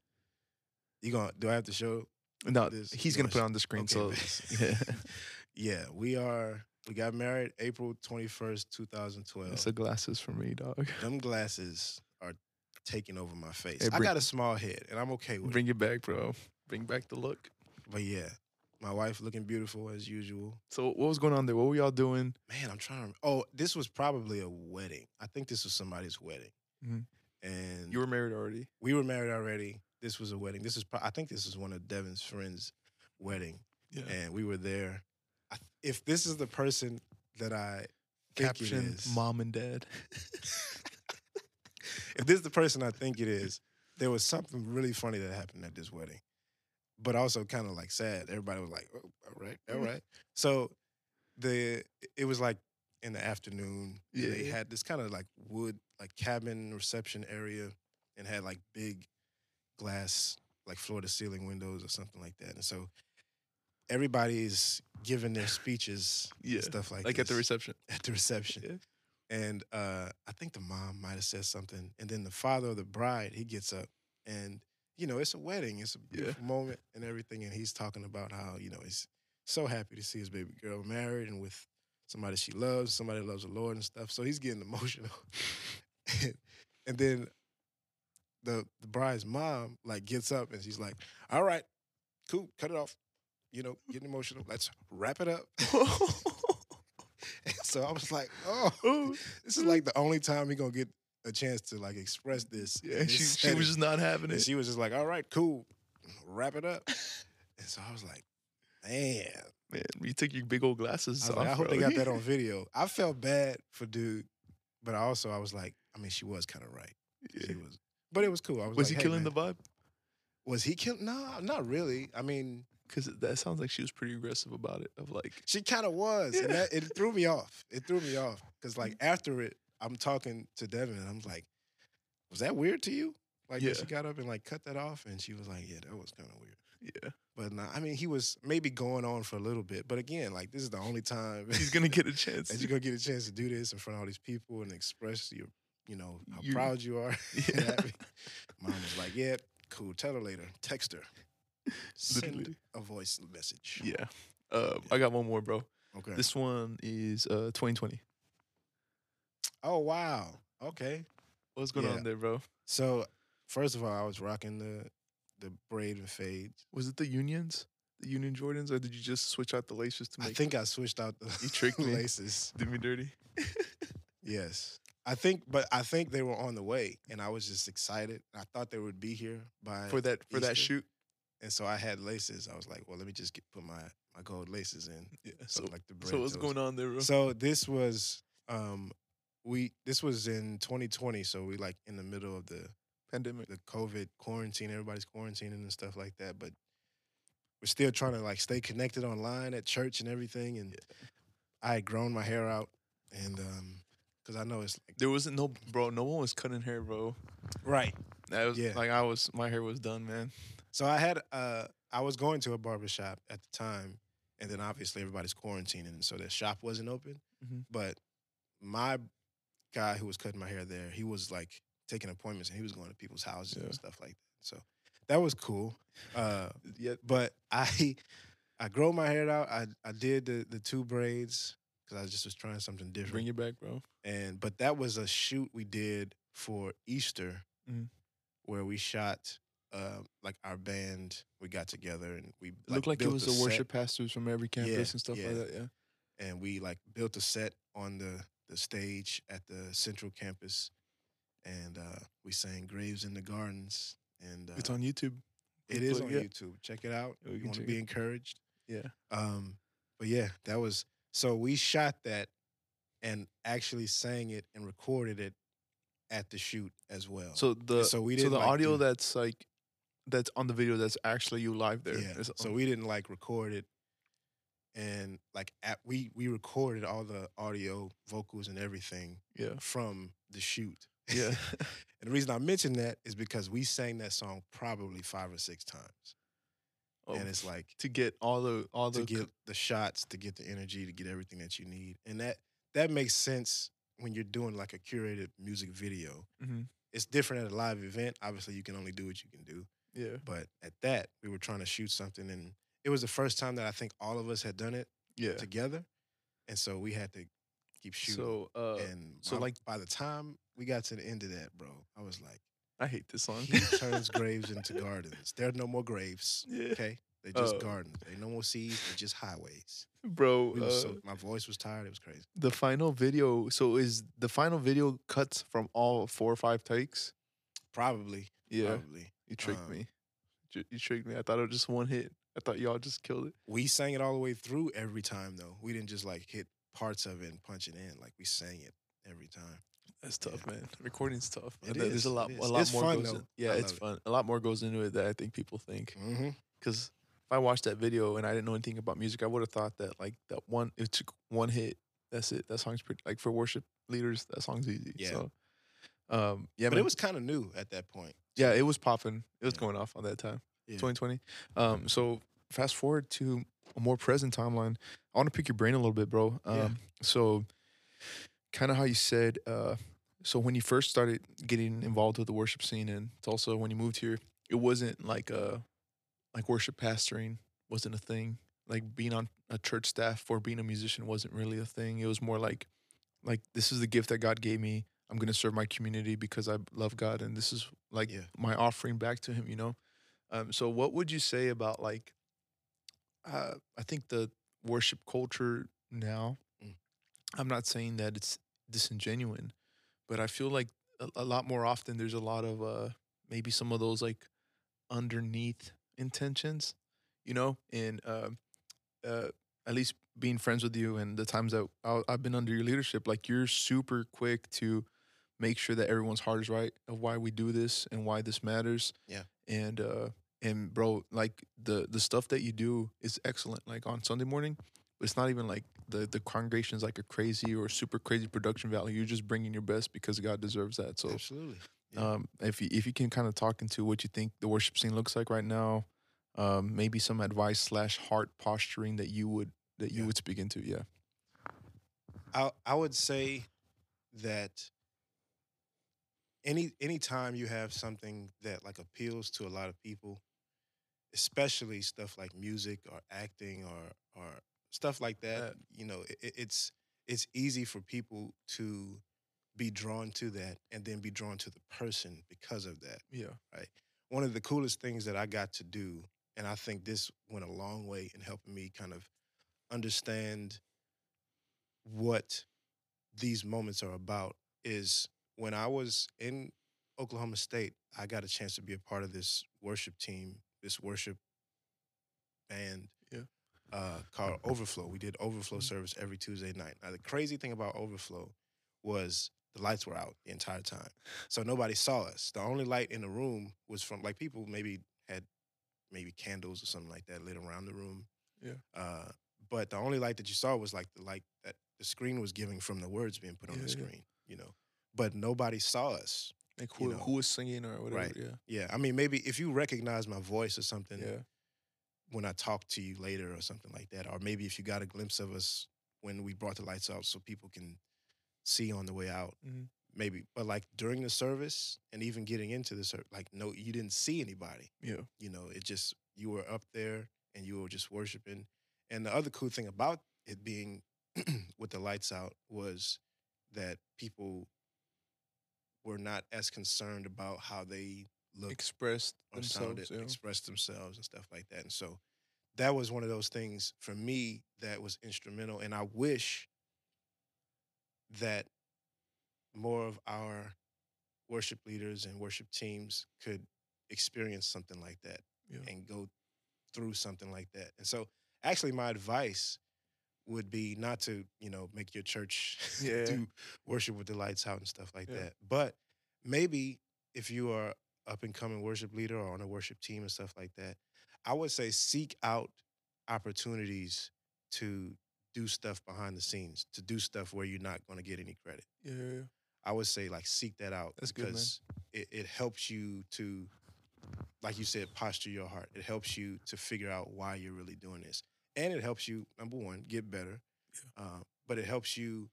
You gonna do I have to show?
No,
this-
he's
no,
gonna put
it's-
it on the screen.
okay,
so
(laughs) bet.
(laughs) yeah,
Yeah, we are. We got married April 21st, 2012.
it's the glasses for me, dog.
Them glasses are taking over my face.
Hey,
I
bring-
got a small head, and I'm okay with it.
Bring it back, bro. Bring back the look.
But yeah, my wife looking beautiful as usual.
So what was going on there? What were y'all doing?
Man, I'm trying to. Oh, this was probably a wedding. I think this was somebody's wedding,
Mhm.
and
You were married already.
we were married already. This was a wedding. This is pro- I think this is one of Devin's friends' wedding,
Yeah.
and we were there. I, if this is the person that I think it
Caption:
is,
Mom and Dad. (laughs)
if this is the person I think it is, there was something really funny that happened at this wedding, but also kind of like sad. Everybody was like, oh, "All right,
Mm-hmm.
all right." So the it was like in the afternoon. and
Yeah,
they
yeah.
had this kind of like wood like cabin reception area, and had like big glass like floor to ceiling windows or something like that. And so everybody's giving their speeches,
Yeah.
and stuff like
Like at the
this
reception.
(laughs) at the reception. And uh, I think the mom might have said something. And then the father of the bride, he gets up and, you know, it's a wedding. It's a
Yeah.
beautiful moment and everything. And he's talking about how, you know, he's so happy to see his baby girl married and with somebody she loves, somebody that loves the Lord and stuff. So he's getting (laughs) emotional. and, and then the the bride's mom like gets up and she's like, All right, cool, cut it off. You know, getting emotional. Let's wrap it up. (laughs) And so I was like, oh,
(laughs) Oh,
this is like the only time he gonna get a chance to like express this.
yeah.
in
She,
this
she was
setting.
just not having
and
it. (laughs)
she was just like, all right, cool, wrap it up. And so I was like, man,
man, you took your big old glasses
I, was
off.
like, I hope they
bro. (laughs)
got that on video. I felt bad for dude, but I also I was like, I mean, she was kind of right.
Yeah.
She was, but it was cool. I was.
Was
like,
he
hey,
killing
man.
the vibe?
Was he killing? No, not really. I mean,
Because that sounds like she was pretty aggressive about it. Of like,
she kind of was, and
Yeah.
that, it threw me off. It threw me off because like after it, I'm talking to Devin, and I'm like, was that weird to you? Like when
Yeah.
she got up and like cut that off, and she was like, yeah, that was kind of weird.
yeah, (laughs)
But nah, I mean, he was maybe going on for a little bit, but again, like this is the only time
he's
(laughs)
gonna get a chance.
that you're gonna get a chance to do this in front of all these people and express your, you know, how
You-
proud you are. (laughs) and
yeah,
happy. Mom was like, yeah, cool. Tell her later. Text her. Send
(laughs) Literally.
a voice message.
yeah. Uh, I got one more, bro.
Okay.
This one is uh 2020.
oh wow. Okay.
What's going
Yeah.
on there, bro?
So first of all, I was rocking the the braid and fades.
Was it the unions, the Union Jordans, or did you just switch out the laces to
I
make
think I switched out the
You
(laughs)
tricked me.
laces.
do me dirty?
Yes. I think, but I think they were on the way, and I was just excited. I thought they would be here by
for that for that
Easter.
shoot.
And so I had laces. I was like, well, let me just get, put my, my gold laces in.
Yeah.
So,
So,
like the braid
so what's
toes.
going on there, bro?
So this was um we this was in 2020. So we like in the middle of the
Pandemic.
the COVID quarantine. Everybody's quarantining and stuff like that. But we're still trying to like stay connected online at church and everything. And I had grown my hair out, and um because I know it's like
There wasn't no bro. No one was cutting hair, bro.
right.
That was
Yeah.
like I was. My hair was done, man.
So I had uh I was going to a barber shop at the time, and then obviously everybody's quarantining, so the shop wasn't open.
Mhm.
But my guy who was cutting my hair there, he was like taking appointments and he was going to people's houses
Yeah.
and stuff like that. So that was cool. Uh
(laughs) Yeah.
but I I grow my hair out. I I did the the two braids because I just was trying something different
Bring it back, bro.
and but that was a shoot we did for Easter,
Mhm.
where we shot uh, like our band. We got together and we
It looked like it
built
was
a
the
set,
worship pastors from every campus
Yeah,
and stuff
yeah.
like that. Yeah.
and we like built a set on the the stage at the central campus, and uh, we sang "Graves in the Gardens." And uh,
It's on YouTube.
it is on
yeah.
YouTube. Check it out.
Yeah, we
you
can
want to
check
be
it.
encouraged.
Yeah.
Um, but yeah, that was so we shot that and actually sang it and recorded it at the shoot as well.
So the
so
so,
we didn't
the
like,
audio
do-
that's like that's on the video that's actually you live there. um,
yeah.
It's
So
on-
we didn't like record it and like at, we we recorded all the audio, vocals and everything
yeah
from the shoot. (laughs)
yeah
and the reason I mention that is because we sang that song probably 5 or 6 times.
Oh,
And it's like
to get all the all the
to get the shots, to get the energy, to get everything that you need. And that that makes sense when you're doing like a curated music video.
hmm
It's different at a live event. Obviously, you can only do what you can do.
yeah
But at that, we were trying to shoot something, and it was the first time that I think all of us had done it
yeah.
together, and so we had to keep shooting.
So uh,
and
so,
my-
like-
by the time we got to the end of that, bro, I was like,
I hate this song.
he turns graves into gardens. There are no more graves.
(laughs) yeah,
Okay, they just
Uh,
gardens. They no more seas. They just highways.
bro.
We
uh,
were so, my voice was tired. It was crazy.
the final video. So is the final video cuts from all four or five takes?
Probably.
Yeah,
Probably.
you tricked
um,
me. You, you tricked me. I thought it was just one hit. I thought y'all just killed it.
We sang it all the way through every time though. We didn't just like hit parts of it and punch it in. Like we sang it every time.
That's
Yeah.
tough, (laughs) man. Recording's tough.
It
There-
is,
There's a
it
lot,
is.
a lot
It's
more
fun,
goes.
though.
In, yeah,
I
it's
love it.
fun. A lot more goes into it that I think people think.
Mm-hmm.
Because if I watched that video and I didn't know anything about music, I would have thought that like that one, it took one hit. That's it. That song's pretty. Like for worship leaders, that song's easy.
Yeah.
So, um, yeah,
But
man.
it was kind of new at that point.
yeah, it was popping. It was
Yeah.
going off on that time,
Yeah.
2020. Um, so fast forward to a more present timeline. I want to pick your brain a little bit, bro. Um,
Yeah.
so kind of how you said, uh, so when you first started getting involved with the worship scene in Tulsa, when you moved here, it wasn't like a like worship pastoring wasn't a thing. Like being on a church staff or being a musician wasn't really a thing. It was more like like this is the gift that God gave me. I'm gonna serve my community because I love God and this is like
Yeah.
my offering back to him, you know? Um so what would you say about like uh I think the worship culture now,
Mm.
I'm not saying that it's disingenuine, but I feel like a, a lot more often there's a lot of uh maybe some of those like underneath intentions, you know, and um uh, at least being friends with you and the times that I- I've been under your leadership, like you're super quick to make sure that everyone's heart is right of why we do this and why this matters.
Yeah.
And uh and bro, like the the stuff that you do is excellent. Like on Sunday morning, it's not even like the the congregation's like a crazy or super crazy production value. You're just bringing your best because God deserves that. So
Absolutely. Yeah.
um, if you if you can kind of talk into what you think the worship scene looks like right now, um, maybe some advice slash heart posturing that you would that you
Yeah.
would speak into. Yeah,
I I would say that any anytime you have something that like appeals to a lot of people, especially stuff like music or acting or or stuff like that,
Yeah.
you know, it, it- it's it's easy for people to be drawn to that and then be drawn to the person because of that
yeah,
one of the coolest things that I got to do, and I think this went a long way in helping me kind of understand what these moments are about, is when I was in Oklahoma State, I got a chance to be a part of this worship team, this worship band.
Yeah.
Uh, called Overflow. We did Overflow service every Tuesday night. Now, the crazy thing about Overflow was the lights were out the entire time. So nobody saw us. The only light in the room was from like people maybe had maybe candles or something like that lit around the room.
Yeah.
Uh, but the only light that you saw was like the light that the screen was giving from the words being put on
Yeah,
the
yeah.
screen, you know. But nobody saw us.
like who
You know,
who was singing or whatever.
right.
Yeah,
Yeah. I mean, maybe if you recognize my voice or something
yeah,
when I talk to you later or something like that, or maybe if you got a glimpse of us when we brought the lights out so people can see on the way out,
Mhm.
maybe. But like during the service and even getting into the service, like no, you didn't see anybody.
yeah,
You know, it just you were up there and you were just worshiping. And the other cool thing about it being (clears throat) with the lights out was that people were not as concerned about how they looked
expressed
or
themselves.
sounded, expressed themselves and stuff like that. And so that was one of those things for me that was instrumental. And I wish that more of our worship leaders and worship teams could experience something like that
Yeah.
and go through something like that. And so actually my advice would be not to, you know, make your church (laughs)
Yeah.
do worship with the lights out and stuff like
Yeah.
that. But maybe if you are up and coming worship leader or on a worship team and stuff like that, I would say seek out opportunities to do stuff behind the scenes, to do stuff where you're not going to get any credit.
yeah, yeah, yeah.
I would say like seek that out
That's good, man.
because it, it helps you to, like you said, posture your heart. It helps you to figure out why you're really doing this, and it helps you number one get better, uh, but it helps you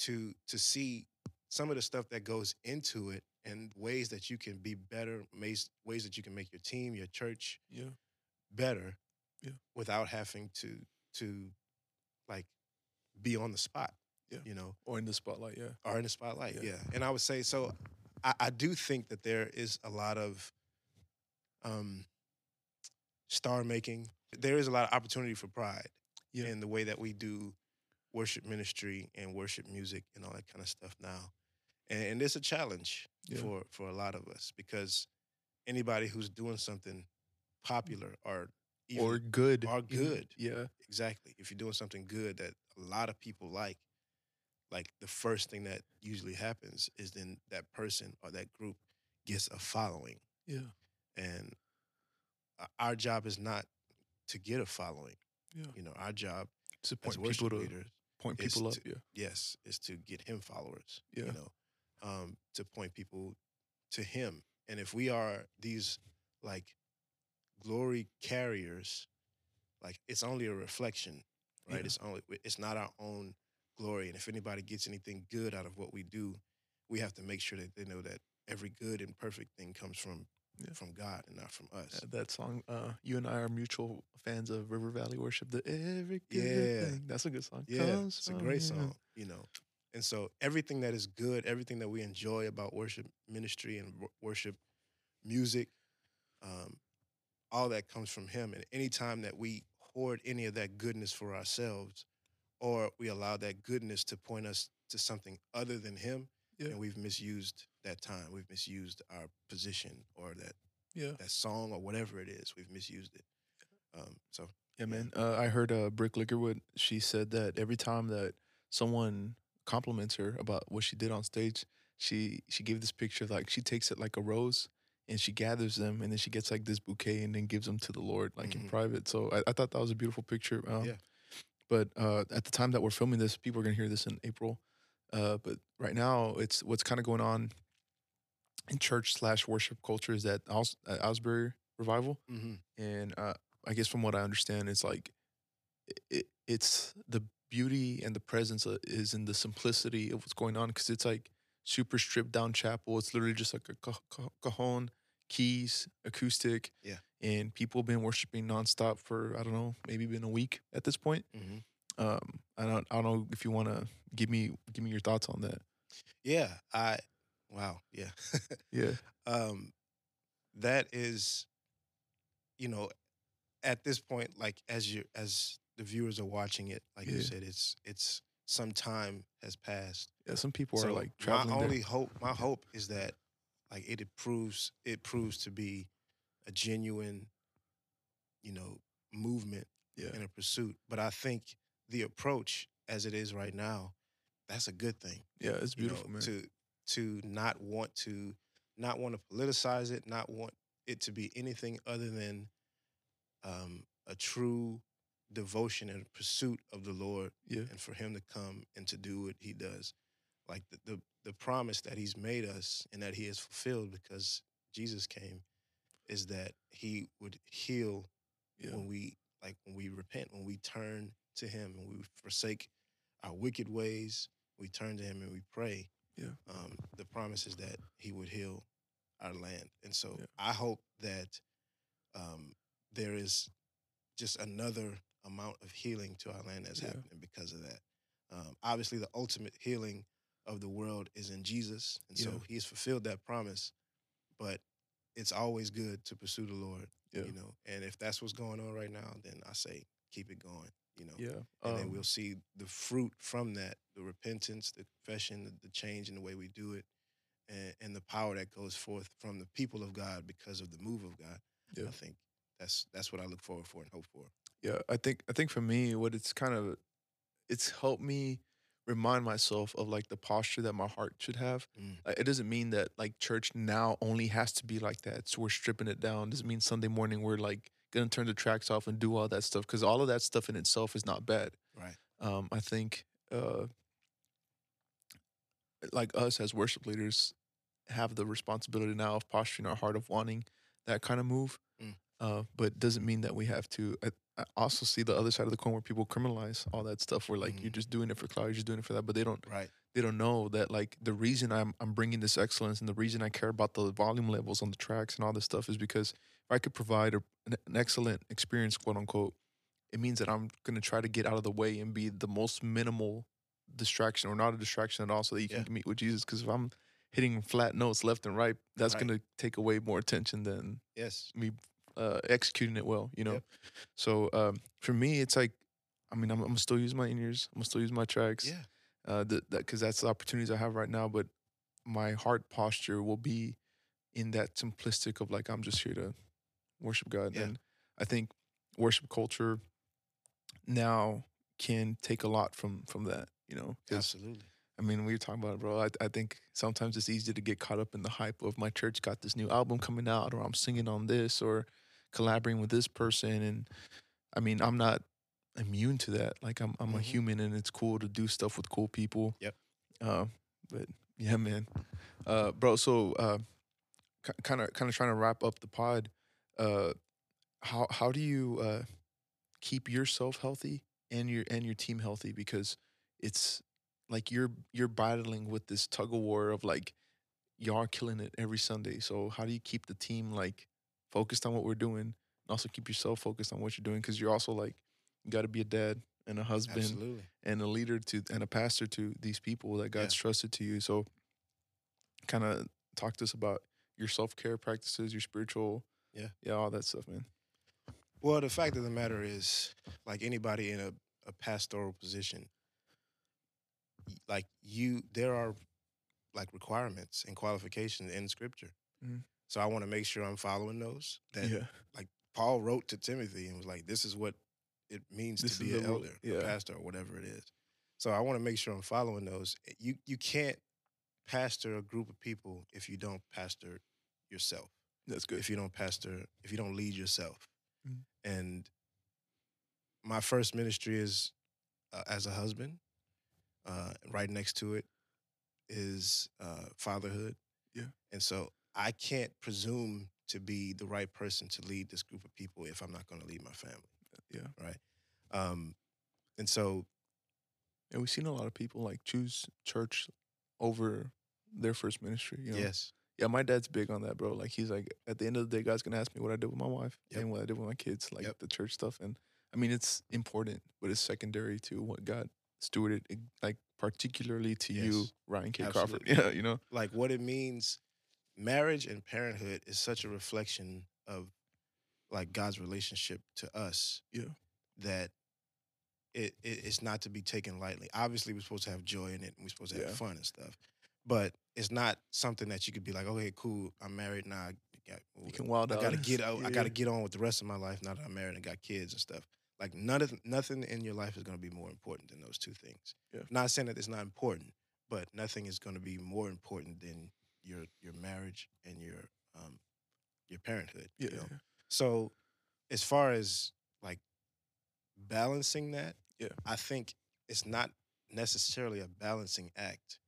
to to see some of the stuff that goes into it and ways that you can be better, ways ways that you can make your team, your church
yeah.
better,
Yeah.
without having to to like be on the spot.
Yeah.
You know,
Or in the spotlight. Yeah,
are in the spotlight.
Yeah.
Yeah. And I would say so I, I do think that there is a lot of um star making. There is a lot of opportunity for pride
Yeah.
in the way that we do worship ministry and worship music and all that kind of stuff now. And, and it's a challenge
Yeah.
for for a lot of us because anybody who's doing something popular or even
or good,
are
you know?
good.
Yeah,
Exactly. If you're doing something good that a lot of people like, like the first thing that usually happens is then that person or that group gets a following.
yeah,
And o- our job is not to get a following.
yeah.
You know, our job
To
as
point people
worship
to
leaders,
point
is
people up.
to-
yeah,
yes, is to get him followers.
Yeah.
You know, um, to point people to him. And if we are these like glory carriers, like it's only a reflection, right?
Yeah.
It's only it's not our own glory. And if anybody gets anything good out of what we do, we have to make sure that they know that every good and perfect thing comes from
Yeah.
from God and not from us.
Uh, That song, uh, you and I are mutual fans of River Valley Worship. The every good
Yeah.
thing. That's a good song.
Yeah,
Comes
it's a
from
great
you.
song, you know. And so everything that is good, everything that we enjoy about worship ministry and wor- worship music, um, all that comes from Him. And anytime that we hoard any of that goodness for ourselves, or we allow that goodness to point us to something other than Him,
Yeah.
and we've misused that time, we've misused our position or that
Yeah,
that song or whatever it is, we've misused it. Um, so
Yeah, man. Uh, I heard uh, Brick Lickerwood. She said that every time that someone compliments her about what she did on stage, she she gave this picture of, like she takes it like a rose and she gathers them and then she gets like this bouquet and then gives them to the Lord like in
Mhm.
private. So I, I thought that was a beautiful picture. Um,
Yeah.
But uh, at the time that we're filming this, people are gonna hear this in April. Uh, but right now, it's what's kind of going on in church slash worship culture is that Als- uh, Asbury revival
Mm-hmm.
and uh, I guess from what I understand, it's like it, it's the beauty and the presence uh, is in the simplicity of what's going on because it's like super stripped down chapel. It's literally just like a ca- ca- cajon, keys, acoustic,
Yeah.
and people have been worshiping nonstop for I don't know, maybe been a week at this point.
Mm-hmm.
Um, I don't, I don't know if you want to give me give me your thoughts on that.
Yeah. I. Wow. Yeah.
Yeah,
um, that is, you know, at this point, like as you as the viewers are watching it, like you
Yeah.
said, it's it's some time has passed.
yeah. Some people
so
are like
my
traveling.
only
there.
hope, my hope is that like it proves it proves to be a genuine, you know, movement
Yeah.
and a pursuit. But I think the approach as it is right now, that's a good thing
Yeah, it's
you know,
beautiful, man.
to to not want to not want to politicize it, not want it to be anything other than um, a true devotion and pursuit of the Lord,
Yeah.
and for Him to come and to do what He does, like the the, the promise that He's made us and that He has fulfilled because Jesus came, is that He would heal
Yeah,
when we like when we repent, when we turn to Him and we forsake our wicked ways, we turn to Him and we pray.
Yeah.
Um, the promise is that He would heal our land, and so
Yeah.
I hope that um, there is just another amount of healing to our land that's
Yeah.
happening because of that. Um, obviously, the ultimate healing of the world is in Jesus, and so
Yeah.
He has fulfilled that promise. But it's always good to pursue the Lord
yeah,
you know. And if that's what's going on right now, then I say keep it going, you know.
yeah.
And then
um,
we'll see the fruit from that, the repentance, the confession, the, the change in the way we do it, and, and the power that goes forth from the people of God because of the move of God.
Yeah.
I think that's that's what I look forward for and hope for.
Yeah, I think I think for me, what it's kind of it's helped me remind myself of like the posture that my heart should have.
Mm.
Uh, It doesn't mean that like church now only has to be like that. So we're stripping it down. doesn't mean Sunday morning we're like gonna turn the tracks off and do all that stuff because all of that stuff in itself is not bad.
Right.
Um, I think uh, like us as worship leaders have the responsibility now of posturing our heart of wanting that kind of move.
Mm.
Uh, but doesn't mean that we have to. I, I also see the other side of the coin where people criminalize all that stuff. Where like you're
Mhm.
just doing it for clout, you're just doing it for that, but they don't
Right.
they don't know that like the reason I'm I'm bringing this excellence and the reason I care about the volume levels on the tracks and all this stuff is because if I could provide a, an, an excellent experience, quote unquote, it means that I'm gonna try to get out of the way and be the most minimal distraction or not a distraction at all, so that you
Yeah.
can meet with Jesus. Because if I'm hitting flat notes left and right, that's
Right.
gonna take away more attention than
Yes.
uh, executing it well, you know.
Yep.
So um, for me, it's like, I mean, I'm, I'm gonna still use my in ears, I'm gonna still use my tracks,
Yeah.
uh, th- that because that's the opportunities I have right now. But my heart posture will be in that simplistic of like I'm just here to worship God,
Yeah.
and I think worship culture now can take a lot from from that, you know. 'cause,
Absolutely.
I mean, we were talking about it, bro. I, I think sometimes it's easy to get caught up in the hype of my church got this new album coming out, or I'm singing on this, or collaborating with this person. And I mean, I'm not immune to that. Like, I'm I'm a
Mhm.
human, and it's cool to do stuff with cool people.
Yep.
Uh, but yeah, man, uh, bro. So, uh, kind of kind of trying to wrap up the pod. Uh, how how do you uh, keep yourself healthy and your and your team healthy? Because it's like you're you're battling with this tug of war of like y'all are killing it every Sunday. So how do you keep the team like focused on what we're doing and also keep yourself focused on what you're doing? Because you're also like you got to be a dad and a husband
Absolutely.
and a leader to and a pastor to these people that God's trusted to you. So, kind of talk to us about your self care practices, your spiritual,
Yeah.
yeah, all that stuff, man.
Well, the fact of the matter is, like anybody in a, a pastoral position, y- like you, there are like requirements and qualifications in scripture.
Mhm.
So I want to make sure I'm following those. That Paul wrote to Timothy and was like, this is what it means
This
to
is
be an
the rule.
elder,
Yeah.
a pastor, or whatever it is. So I want to make sure I'm following those. Eh, You you can't pastor a group of people if you don't pastor yourself.
That's good.
If you don't pastor, if you don't lead yourself.
Mhm.
And my first ministry is uh, as a husband. Uh, right next to it is uh, fatherhood.
Yeah.
And so I can't presume to be the right person to lead this group of people if I'm not going to lead my family.
Yeah.
Right. Um, and so
And we've seen a lot of people like choose church over their first ministry. You know?
yes,
Yeah, my dad's big on that, bro. Like he's like, at the end of the day, God's gonna ask me what I did with my wife
Yep.
and what I did with my kids, like
Yep.
the church stuff. And I mean, it's important, but it's secondary to what God stewarded, eh, like particularly to you,
Yes.
Ryan K.
Absolutely.
Crawford. (laughs) Yeah, you know.
like what it means. Marriage and parenthood is such a reflection of like God's relationship to us.
Yeah.
That it, it it's not to be taken lightly. Obviously, we're supposed to have joy in it, and we're supposed to have
Yeah.
fun and stuff. But it's not something that you could be like, okay, cool, I'm married now. I got,
You can wild
I
out.
gotta get out.
Yeah,
I gotta
yeah.
get on with the rest of my life now that I'm married and got kids and stuff. Like none of nothing in your life is gonna be more important than those two things.
Yeah.
Not saying that it's not important, but nothing is gonna be more important than your your marriage and your um your parenthood. you
Yeah, yeah.
know? So as far as like balancing that,
Yeah.
I think it's not necessarily a balancing act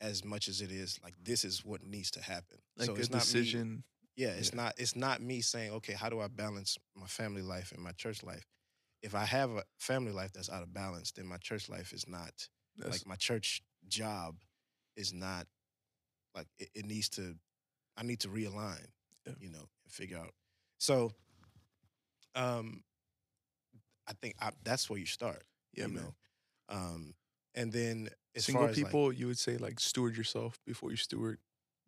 as much as it is like this is what needs to happen.
Like
so
a
it's not me-
decision.
yeah, it's
Yeah.
not it's not me saying, okay, how do I balance my family life and my church life? If I have a family life that's out of balance, then my church life is not
that's,
like my church job is not like it, it needs to I need to realign,
Yeah.
you know, and figure out. So um I think I, that's where you start,
yeah,
you
man.
know. Um and then as
Single
far as like,
people, you would say like steward yourself before you steward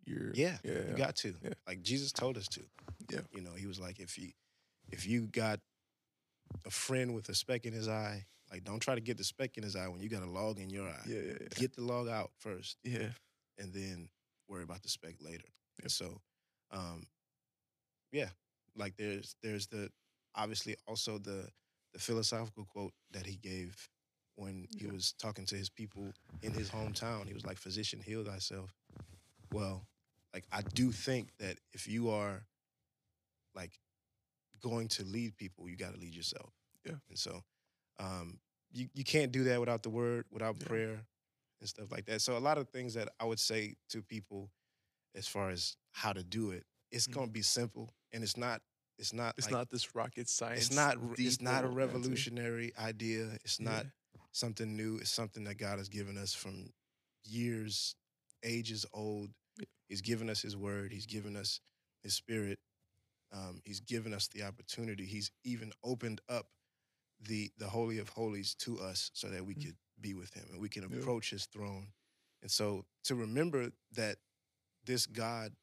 your.
Yeah,
yeah,
You got to.
Yeah.
Like Jesus told us to.
Yeah.
You know, he was like, if you if you got a friend with a speck in his eye, like don't try to get the speck in his eye when you got a log in your eye.
yeah, yeah, yeah.
Get the log out first
yeah.
and then worry about the speck later.
Yep.
And so um yeah. Like there's there's the obviously also the the philosophical quote that he gave when he
Yeah.
was talking to his people in his hometown. He was like, Physician, heal thyself. Well, like I do think that if you are like going to lead people, you gotta lead yourself.
Yeah.
And so um you, you can't do that without the word, without
Yeah.
prayer and stuff like that. So a lot of things that I would say to people as far as how to do it, it's
Mhm.
gonna be simple and it's not it's not
It's
like-
not this rocket science.
it's not r- it's
deep
not a
world, man, too.
revolutionary idea. It's
Yeah.
not something new. It's something that God has given us from years, ages old.
Yeah.
He's given us His Word. He's given us His Spirit. Um, he's given us the opportunity. He's even opened up the the Holy of Holies to us so that we
Mm.
could be with Him and we can
Yeah.
approach His throne. And so to remember that this God,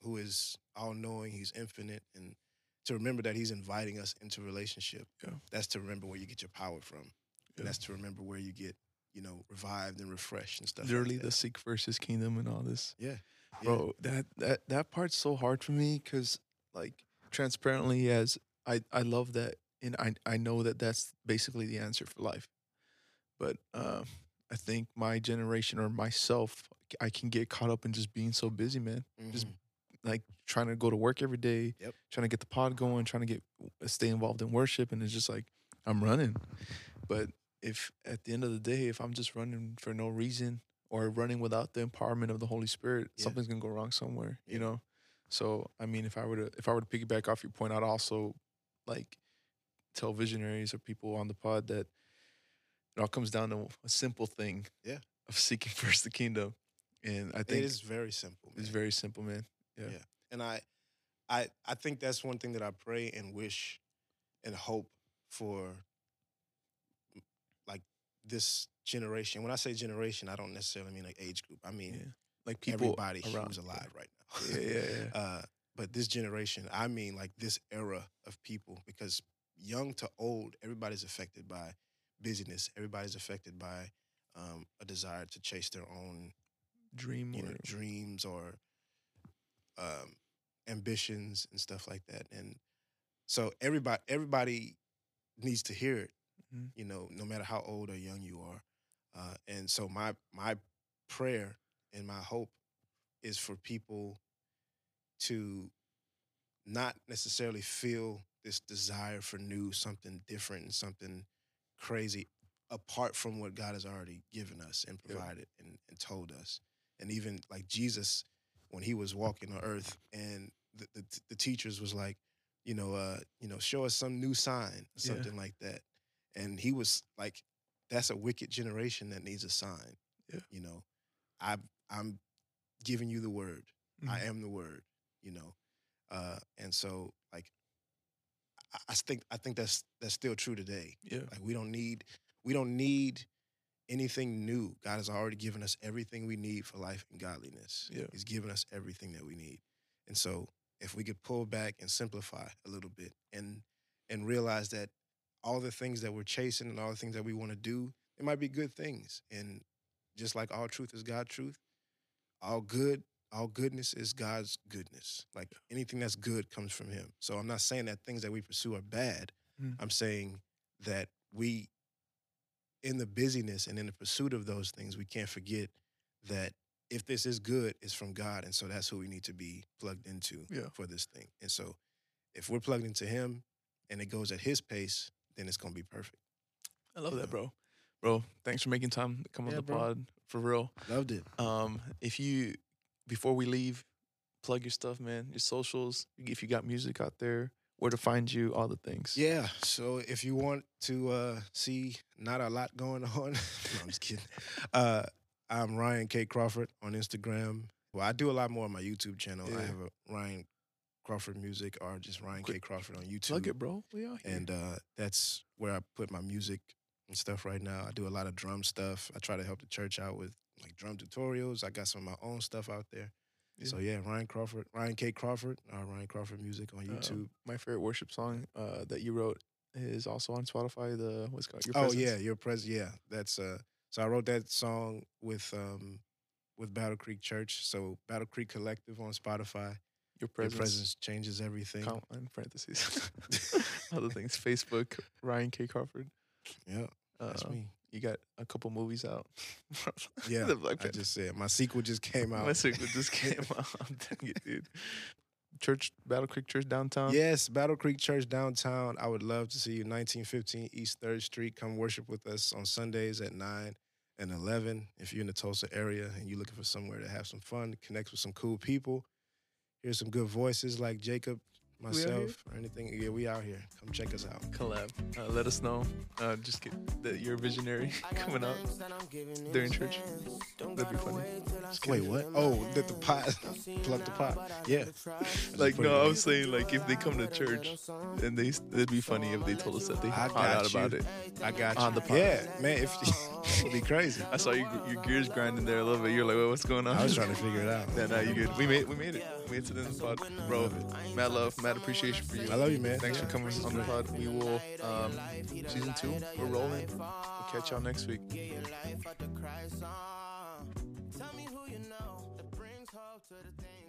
who is all knowing, He's infinite, and to remember that He's inviting us into relationship.
Yeah.
That's to remember where you get your power from.
Yeah.
And that's to remember where you get, you know, revived and refreshed and stuff. like
literally
that.
the seek versus kingdom and all this.
Yeah, yeah.
Bro, that that that part's so hard for me cuz like transparently as I I love that and I I know that that's basically the answer for life. But um I think my generation or myself I can get caught up in just being so busy, man. just-
Mhm.
Like trying to go to work every day,
Yep.
trying to get the pod going, trying to get stay involved in worship and it's just like I'm running. But if at the end of the day, if I'm just running for no reason or running without the empowerment of the Holy Spirit,
Yeah.
something's gonna go wrong somewhere, you
Yeah.
know. So I mean, if I were to if I were to piggyback off your point, I'd also like tell visionaries or people on the pod that it all comes down to a simple thing,
Yeah.
of seeking (laughs) first the kingdom, and I
it
think
is very simple.
it's
man.
very simple, man. Yeah,
Yeah. and I, I, I think that's one thing that I pray and wish, and hope for. Like this generation. When I say generation, I don't necessarily mean like age group. I mean
Yeah. like people
everybody
around-
who's alive right now.
Yeah, yeah,
(laughs)
yeah.
uh, but this generation, I mean, like this era of people, because young to old, everybody's affected by busyness. Everybody's affected by um, a desire to chase their own,
dream
you
or
know, dreams or um, ambitions and stuff like that. And so everybody, everybody needs to hear it.
Mhm.
You know, no matter how old or young you are. Uh, and so my my prayer and my hope is for people to not necessarily feel this desire for new, something different, and something crazy apart from what God has already given us and
Yeah.
provided and, and told us. And even like Jesus, when he was walking on earth, and the, the, the teachers was like, you know, uh, you know, show us some new sign,
Yeah.
something like that. And he was like, that's a wicked generation that needs a sign.
Yeah.
You know, I I'm giving you the word. I (laughs)
Mhm.
am the word, you know. Uh, and so like I, I think I think that's that's still true today.
Yeah.
Like we don't need we don't need anything new. God has already given us everything we need for life and godliness.
Yeah.
He's given us everything that we need. And so if we could pull back and simplify a little bit and and realize that all the things that we're chasing and all the things that we want to do, it might be good things. And just like all truth is God truth, all good, all goodness is God's goodness. Like anything that's good comes from him. So I'm not saying that things that we pursue are bad.
Mm.
I'm saying that we in the busyness and in the pursuit of those things, we can't forget that if this is good, it's from God. And so that's who we need to be plugged into
Yeah.
for this thing. And so if we're plugged into him and it goes at his pace, then it's gonna be perfect.
I love
Yeah.
that, bro. Bro, thanks for making time to come on
Yeah,
the
bro.
pod for real.
Loved it.
Um, if you before we leave, plug your stuff, man. Your socials. If you got music out there, where to find you, all the things.
Yeah. So if you want to uh, see not a lot going (laughs) on, no, I'm just kidding. Uh, I'm Ryan K Crawford on Instagram. Well, I do a lot more on my YouTube channel. I
Yeah.
have a Ryan Crawford Music or just Ryan K
Quick,
Crawford on YouTube.
Plug it, bro. We out here.
And uh, that's where I put my music and stuff right now. I do a lot of drum stuff. I try to help the church out with like drum tutorials. I got some of my own stuff out there.
Yeah.
So yeah, Ryan Crawford, Ryan K Crawford, uh, Ryan Crawford Music on
Uh,
YouTube.
my favorite worship song uh, that you wrote is also on Spotify. The what's it called? Your
oh
Presence.
yeah, your pres. Yeah, that's uh. So I wrote that song with um with Battle Creek Church. So Battle Creek Collective on Spotify.
Your
Your
presence.
presence changes everything.
Count in parentheses. (laughs) Other things. Facebook. Ryan K. Crawford.
Yeah,
Uh,
that's me.
You got a couple movies (laughs) out.
Yeah,
the Black
I
Panther.
just said my sequel just came
(laughs)
out.
My sequel just
(laughs)
came out. (laughs) I'm telling you, dude. Church, Battle Creek Church downtown.
Yes, Battle Creek Church downtown. I would love to see you. 1915 East 3rd Street. Come worship with us on Sundays at 9 and 11. If you're in the Tulsa area and you're looking for somewhere to have some fun, connect with some cool people, hear some good voices like Jacob,
out here?
myself, or anything. Yeah, we out here. Come check us out.
collab. Uh, let us know. Uh, just get that you're a visionary (laughs) coming up during church. That'd be funny.
Wait, what? Oh, the, the pot. (laughs) Plug the pot. Yeah.
Like
pretty
no, I
good.
was saying like if they come to church and they it'd be funny if they told us that they
I
found out
got you.
about it.
I got you.
On the pod.
Yeah, man. (laughs) If, it'd be crazy.
I saw you, your gears grinding there a little bit. You're like, wait, what's going on?
I was trying to figure it out.
No, no, you good. We made, we made it. We made it in the pod, bro. Mad love, mad appreciation for you.
I love you, man.
Thanks for coming on the pod. We will um, season two. We're rolling. We'll catch y'all next week.
Get your uh. life out the Christ song. Tell me who you know that brings hope to the thing.